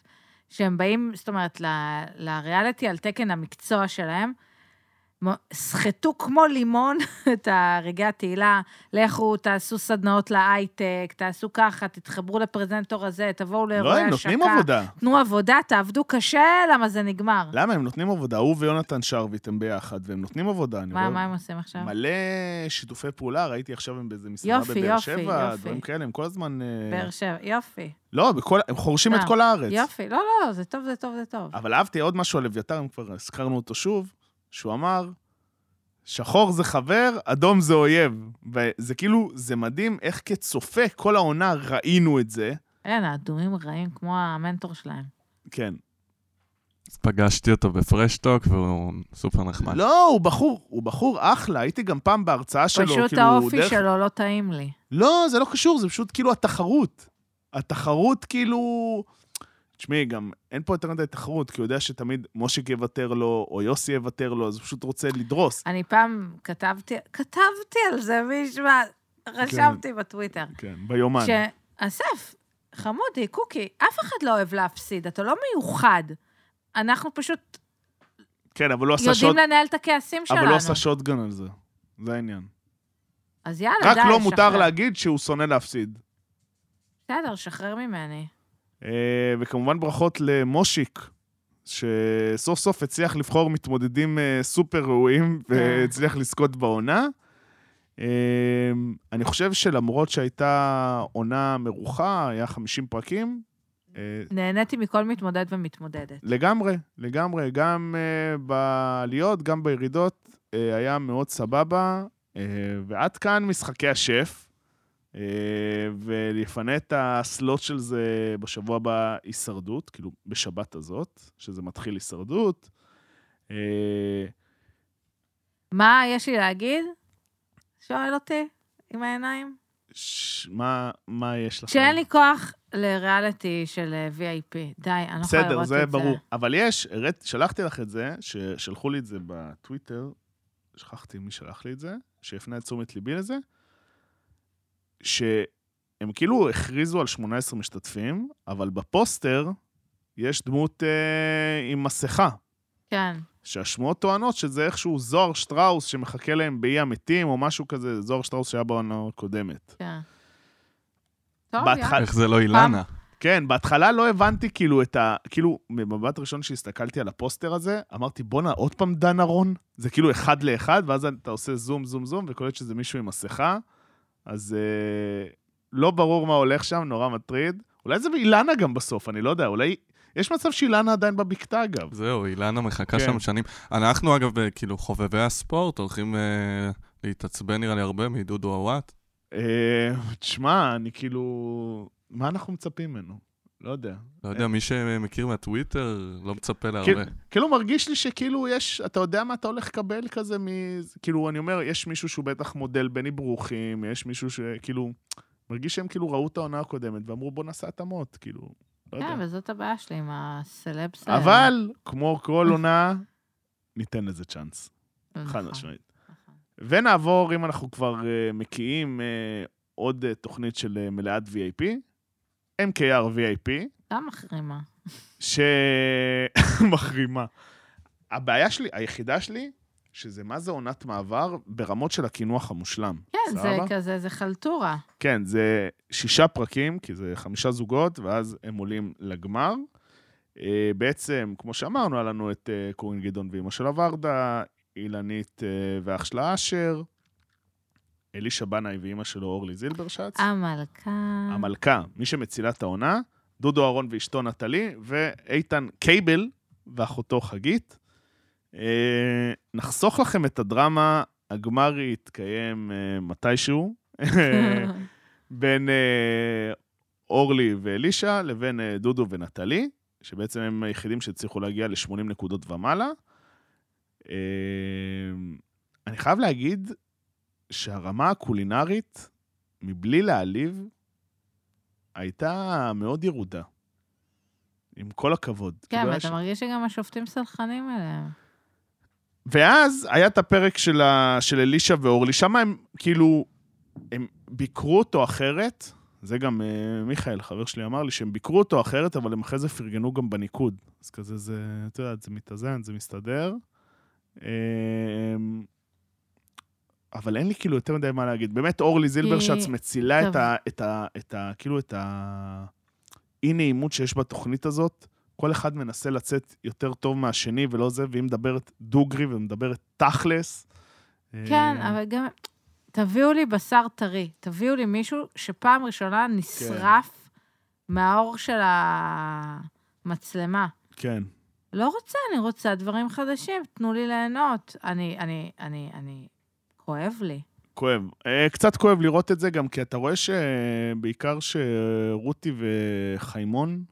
שהם באים, זאת אומרת, ל- לריאליטי על תקן המקצוע שלהם, מו- סחטו כמו לימון [laughs] את הרגעי התהילה, לכו, תעשו סדנאות להייטק, תעשו ככה, תתחברו לפרזנטור הזה, תבואו לאירועי לא, השקה. הם נותנים עבודה. תנו עבודה, תעבדו קשה, למה זה נגמר. למה? הם נותנים עבודה. הוא ויונתן שרביט הם ביחד, והם נותנים עבודה. אני מה רואה- מה הם עושים עכשיו? מלא שיתופי פעולה, ראיתי עכשיו הם באיזה מסעדה יופי, בבאר יופי, שבע, יופי. דברים כאלה, הם כל הזמן... אה, באר שבע, יופי, לא, בכל- הם חורשים את אה, כל הארץ. יופי. לא, לא, זה טוב, זה טוב, זה טוב. אבל אהבתי עוד משהו על אביתר, אם כבר הזכרנו אותו שוב, שהוא אמר, שחור זה חבר, אדום זה אויב. וזה כאילו, זה מדהים איך כצופה כל העונה ראינו את זה. אין, האדומים רעים כמו המנטור שלהם. כן. אז פגשתי אותו בפרשטוק והוא סופר נחמד. לא, הוא בחור, הוא בחור אחלה, הייתי גם פעם בהרצאה שלו. פשוט כאילו, האופי דרך- שלו לא טעים לי. לא, זה לא קשור, זה פשוט כאילו התחרות. התחרות כאילו... תשמעי, גם אין פה יותר מדי תחרות, כי הוא יודע שתמיד מושיק יוותר לו, או יוסי יוותר לו, אז הוא פשוט רוצה לדרוס. אני פעם כתבתי, כתבתי על זה, מי ישמע, רשמתי בטוויטר. כן, ביומן. שאסף, חמודי, קוקי, אף אחד לא אוהב להפסיד, אתה לא מיוחד. אנחנו פשוט כן, אבל הוא עשה יודעים שוט... לנהל את הכעסים שלנו. אבל לא הוא עשה שוטגן על זה. זה העניין. אז יאללה, די, רק לא מותר שחרר. להגיד שהוא שונא להפסיד. בסדר, שחרר ממני. אה, וכמובן ברכות למושיק, שסוף סוף הצליח לבחור מתמודדים אה, סופר ראויים והצליח לזכות בעונה. אה, אני חושב שלמרות שהייתה עונה מרוחה, היה 50 פרקים, אה, נהניתי מכל מתמודד ומתמודדת. לגמרי, לגמרי, גם אה, בעליות, גם בירידות, אה, היה מאוד סבבה. אה, ועד כאן משחקי השף, אה, ולפנה את הסלוט של זה בשבוע הבא הישרדות, כאילו בשבת הזאת, שזה מתחיל הישרדות. אה, מה יש לי להגיד? שואל אותי, עם העיניים. ש... מה, מה יש לך? שאין לי כוח לריאליטי של אה, VIP. די, אני לא יכולה בסדר, לראות את זה. זה ברור. אבל יש, הראת- שלחתי לך את זה, ששלחו לי את זה בטוויטר, שכחתי מי שלח לי את זה, שהפנה את תשומת ליבי לזה, שהם כאילו הכריזו על 18 משתתפים, אבל בפוסטר יש דמות אה, עם מסכה, כן. שהשמועות טוענות שזה איכשהו זוהר שטראוס שמחכה להם באי המתים, או משהו כזה, זוהר שטראוס שהיה בעונה הקודמת. כן. טוב, בהתחלה- איך זה לא אילנה? כן, בהתחלה לא הבנתי כאילו את ה... כאילו, במבט ראשון שהסתכלתי על הפוסטר הזה, אמרתי, בואנה, עוד פעם דן ארון? זה כאילו אחד לאחד, ואז אתה עושה זום, זום, זום, וקולט שזה מישהו עם מסכה, אז אה, לא ברור מה הולך שם, נורא מטריד. אולי זה באילנה גם בסוף, אני לא יודע, אולי... יש מצב שאילנה עדיין בבקתה, אגב. זהו, אילנה מחכה כן. שם שנים. אנחנו, אגב, אה, כאילו, חובבי הספורט, הולכים אה, להתעצבן נראה לי הרבה מדודו עוואט. אה, תשמע, אני כאילו... מה אנחנו מצפים ממנו? לא יודע. לא יודע, מי שמכיר מהטוויטר לא מצפה כאילו- להרבה. כאילו מרגיש לי שכאילו יש, אתה יודע מה אתה הולך לקבל כזה מ... כאילו, אני אומר, יש מישהו שהוא בטח מודל בני ברוכים, יש מישהו שכאילו... מרגיש שהם כאילו ראו את העונה הקודמת ואמרו, בוא נעשה התאמות, כאילו, לא כן, יודע. אבל זאת הבעיה שלי עם הסלבס. האלה. אבל, כמו כל עונה, ניתן לזה צ'אנס, חד נכון, משמעית. נכון. ונעבור, אם אנחנו כבר אה, מקיאים, אה, עוד אה, תוכנית של אה, מלאת VIP, MKR VIP, גם מחרימה. שמחרימה. הבעיה שלי, היחידה שלי, שזה מה זה עונת מעבר ברמות של הקינוח המושלם. כן, זה סבבה? כזה, זה חלטורה. כן, זה שישה פרקים, כי זה חמישה זוגות, ואז הם עולים לגמר. אה, בעצם, כמו שאמרנו, היה לנו את אה, קורין גדעון ואימא שלה ורדה, אילנית אה, ואח שלה אשר, אלישע בנאי ואימא שלו אורלי זילברשץ, אה, המלכה. [laughs] המלכה, מי שמצילה את העונה, דודו אהרון ואשתו נטלי, ואיתן קייבל ואחותו חגית. אה, נחסוך לכם את הדרמה, הגמר יתקיים אה, מתישהו. [laughs] כן, בין אה, אורלי ואלישע לבין אה, דודו ונטלי, שבעצם הם היחידים שהצליחו להגיע ל-80 נקודות ומעלה. אה, אני חייב להגיד שהרמה הקולינרית, מבלי להעליב, הייתה מאוד ירודה. עם כל הכבוד. כן, כאילו, אבל היה אתה שם- מרגיש שגם השופטים סלחנים אליהם. ואז היה את הפרק של, ה... של אלישע ואורלי, שם הם כאילו, הם ביקרו אותו אחרת, זה גם אה, מיכאל, חבר שלי, אמר לי שהם ביקרו אותו אחרת, אבל הם אחרי זה פרגנו גם בניקוד. אז כזה זה, את יודעת, זה מתאזן, זה מסתדר. אה, אבל אין לי כאילו יותר מדי מה להגיד. באמת, אורלי זילברשץ כי- מצילה את טוב. ה... את ה... את ה... כאילו את ה... אי-נעימות שיש בתוכנית הזאת. כל אחד מנסה לצאת יותר טוב מהשני ולא זה, והיא מדברת דוגרי ומדברת תכלס. כן, אה, אבל גם... תביאו לי בשר טרי, תביאו לי מישהו שפעם ראשונה כן. נשרף מהאור של המצלמה. כן. לא רוצה, אני רוצה דברים חדשים, תנו לי ליהנות. אני, אני, אני, אני... כואב לי. כואב. אה, קצת כואב לראות את זה גם, כי אתה רואה שבעיקר שרותי וחיימון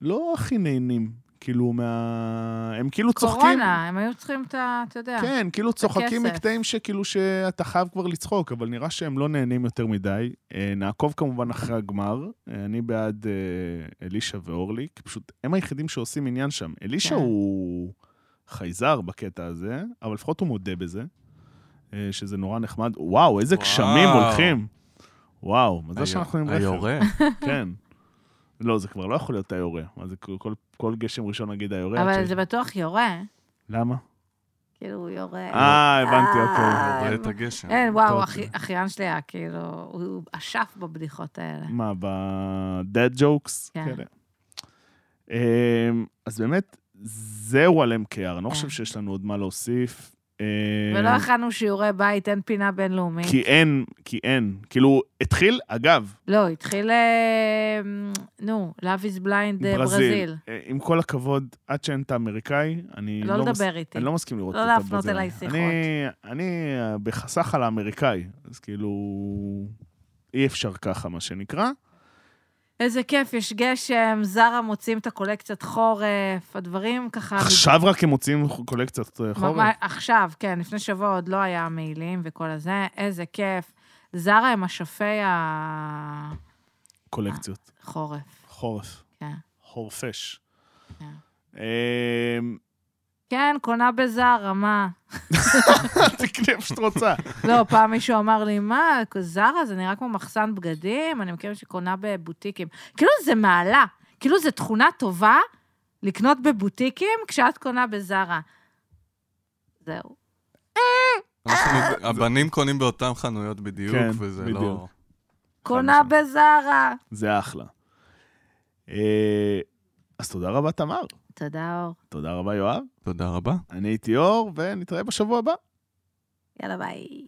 לא הכי נהנים, כאילו, מה... הם כאילו צוחקים. קורונה, הם היו צריכים את ה... אתה יודע. כן, כאילו צוחקים הכסף. מקטעים שכאילו שאתה חייב כבר לצחוק, אבל נראה שהם לא נהנים יותר מדי. אה, נעקוב כמובן אחרי הגמר. אה, אני בעד אה, אלישע ואורלי, כי פשוט הם היחידים שעושים עניין שם. אלישע כן. הוא חייזר בקטע הזה, אבל לפחות הוא מודה בזה, אה, שזה נורא נחמד. וואו, איזה וואו. גשמים הולכים. וואו, מזל שאנחנו עם רכב. [laughs] היורה. כן. לא, זה כבר לא יכול להיות היורה. מה זה, כל- כל- כל גשם ראשון נגיד היורה. עד אבל ש- זה בטוח יורה. למה? כאילו, הוא יורה. אה, הבנתי, אוקיי. רואה את הגשם. אין, וואו, טוב. אחי- אחיין שלי היה כאילו, הוא הוא אשף בבדיחות האלה. מה, ב-dead jokes? כן. כאלה. אמ, אז באמת, זהו על MKR, אני לא חושב שיש לנו עוד מה להוסיף. אמ, כן. ולא הכנו שיעורי בית, אין פינה בינלאומית. כי אין, כי אין. כאילו, התחיל, אגב, לא, התחיל, אה, נו, Love is Blind ברזיל. אה, ברזיל. אה, עם כל הכבוד, עד שאין את האמריקאי, אני לא לא מס- לדבר איתי. אני לא מסכים לראות לא את להפנות הברזילאי. אליי שיחות. אני- אני אה, בחסך על האמריקאי, אז כאילו, אי אפשר ככה, מה אה, שנקרא. איזה כיף, יש גשם, זרה מוצאים את הקולקציית חורף, הדברים ככה... עכשיו רק הם מוציאים קולקציית אה, חורף. ממש- עכשיו, כן, לפני שבוע עוד לא היה מעילים וכל הזה, איזה כיף. זרה הם אשפי החורף, קולקציות. חורף. כן. חורפש. כן. אמ, [laughs] כן, קונה בזרה, מה? תקני איפה שאת רוצה. לא, [laughs] פעם מישהו אמר לי, מה, זרה זה נראה כמו מחסן בגדים, אני מכירה שקונה בבוטיקים. כאילו זה מעלה, כאילו זו תכונה טובה לקנות בבוטיקים כשאת קונה בזרה. זהו. אנחנו- הבנים קונים באותן חנויות בדיוק, כן, וזה בדיוק. לא... קונה בזרה. זה אחלה. אה, אז תודה רבה, תמר. תודה, אור. תודה רבה, יואב. תודה רבה. אני הייתי אור, ונתראה בשבוע הבא. יאללה, ביי.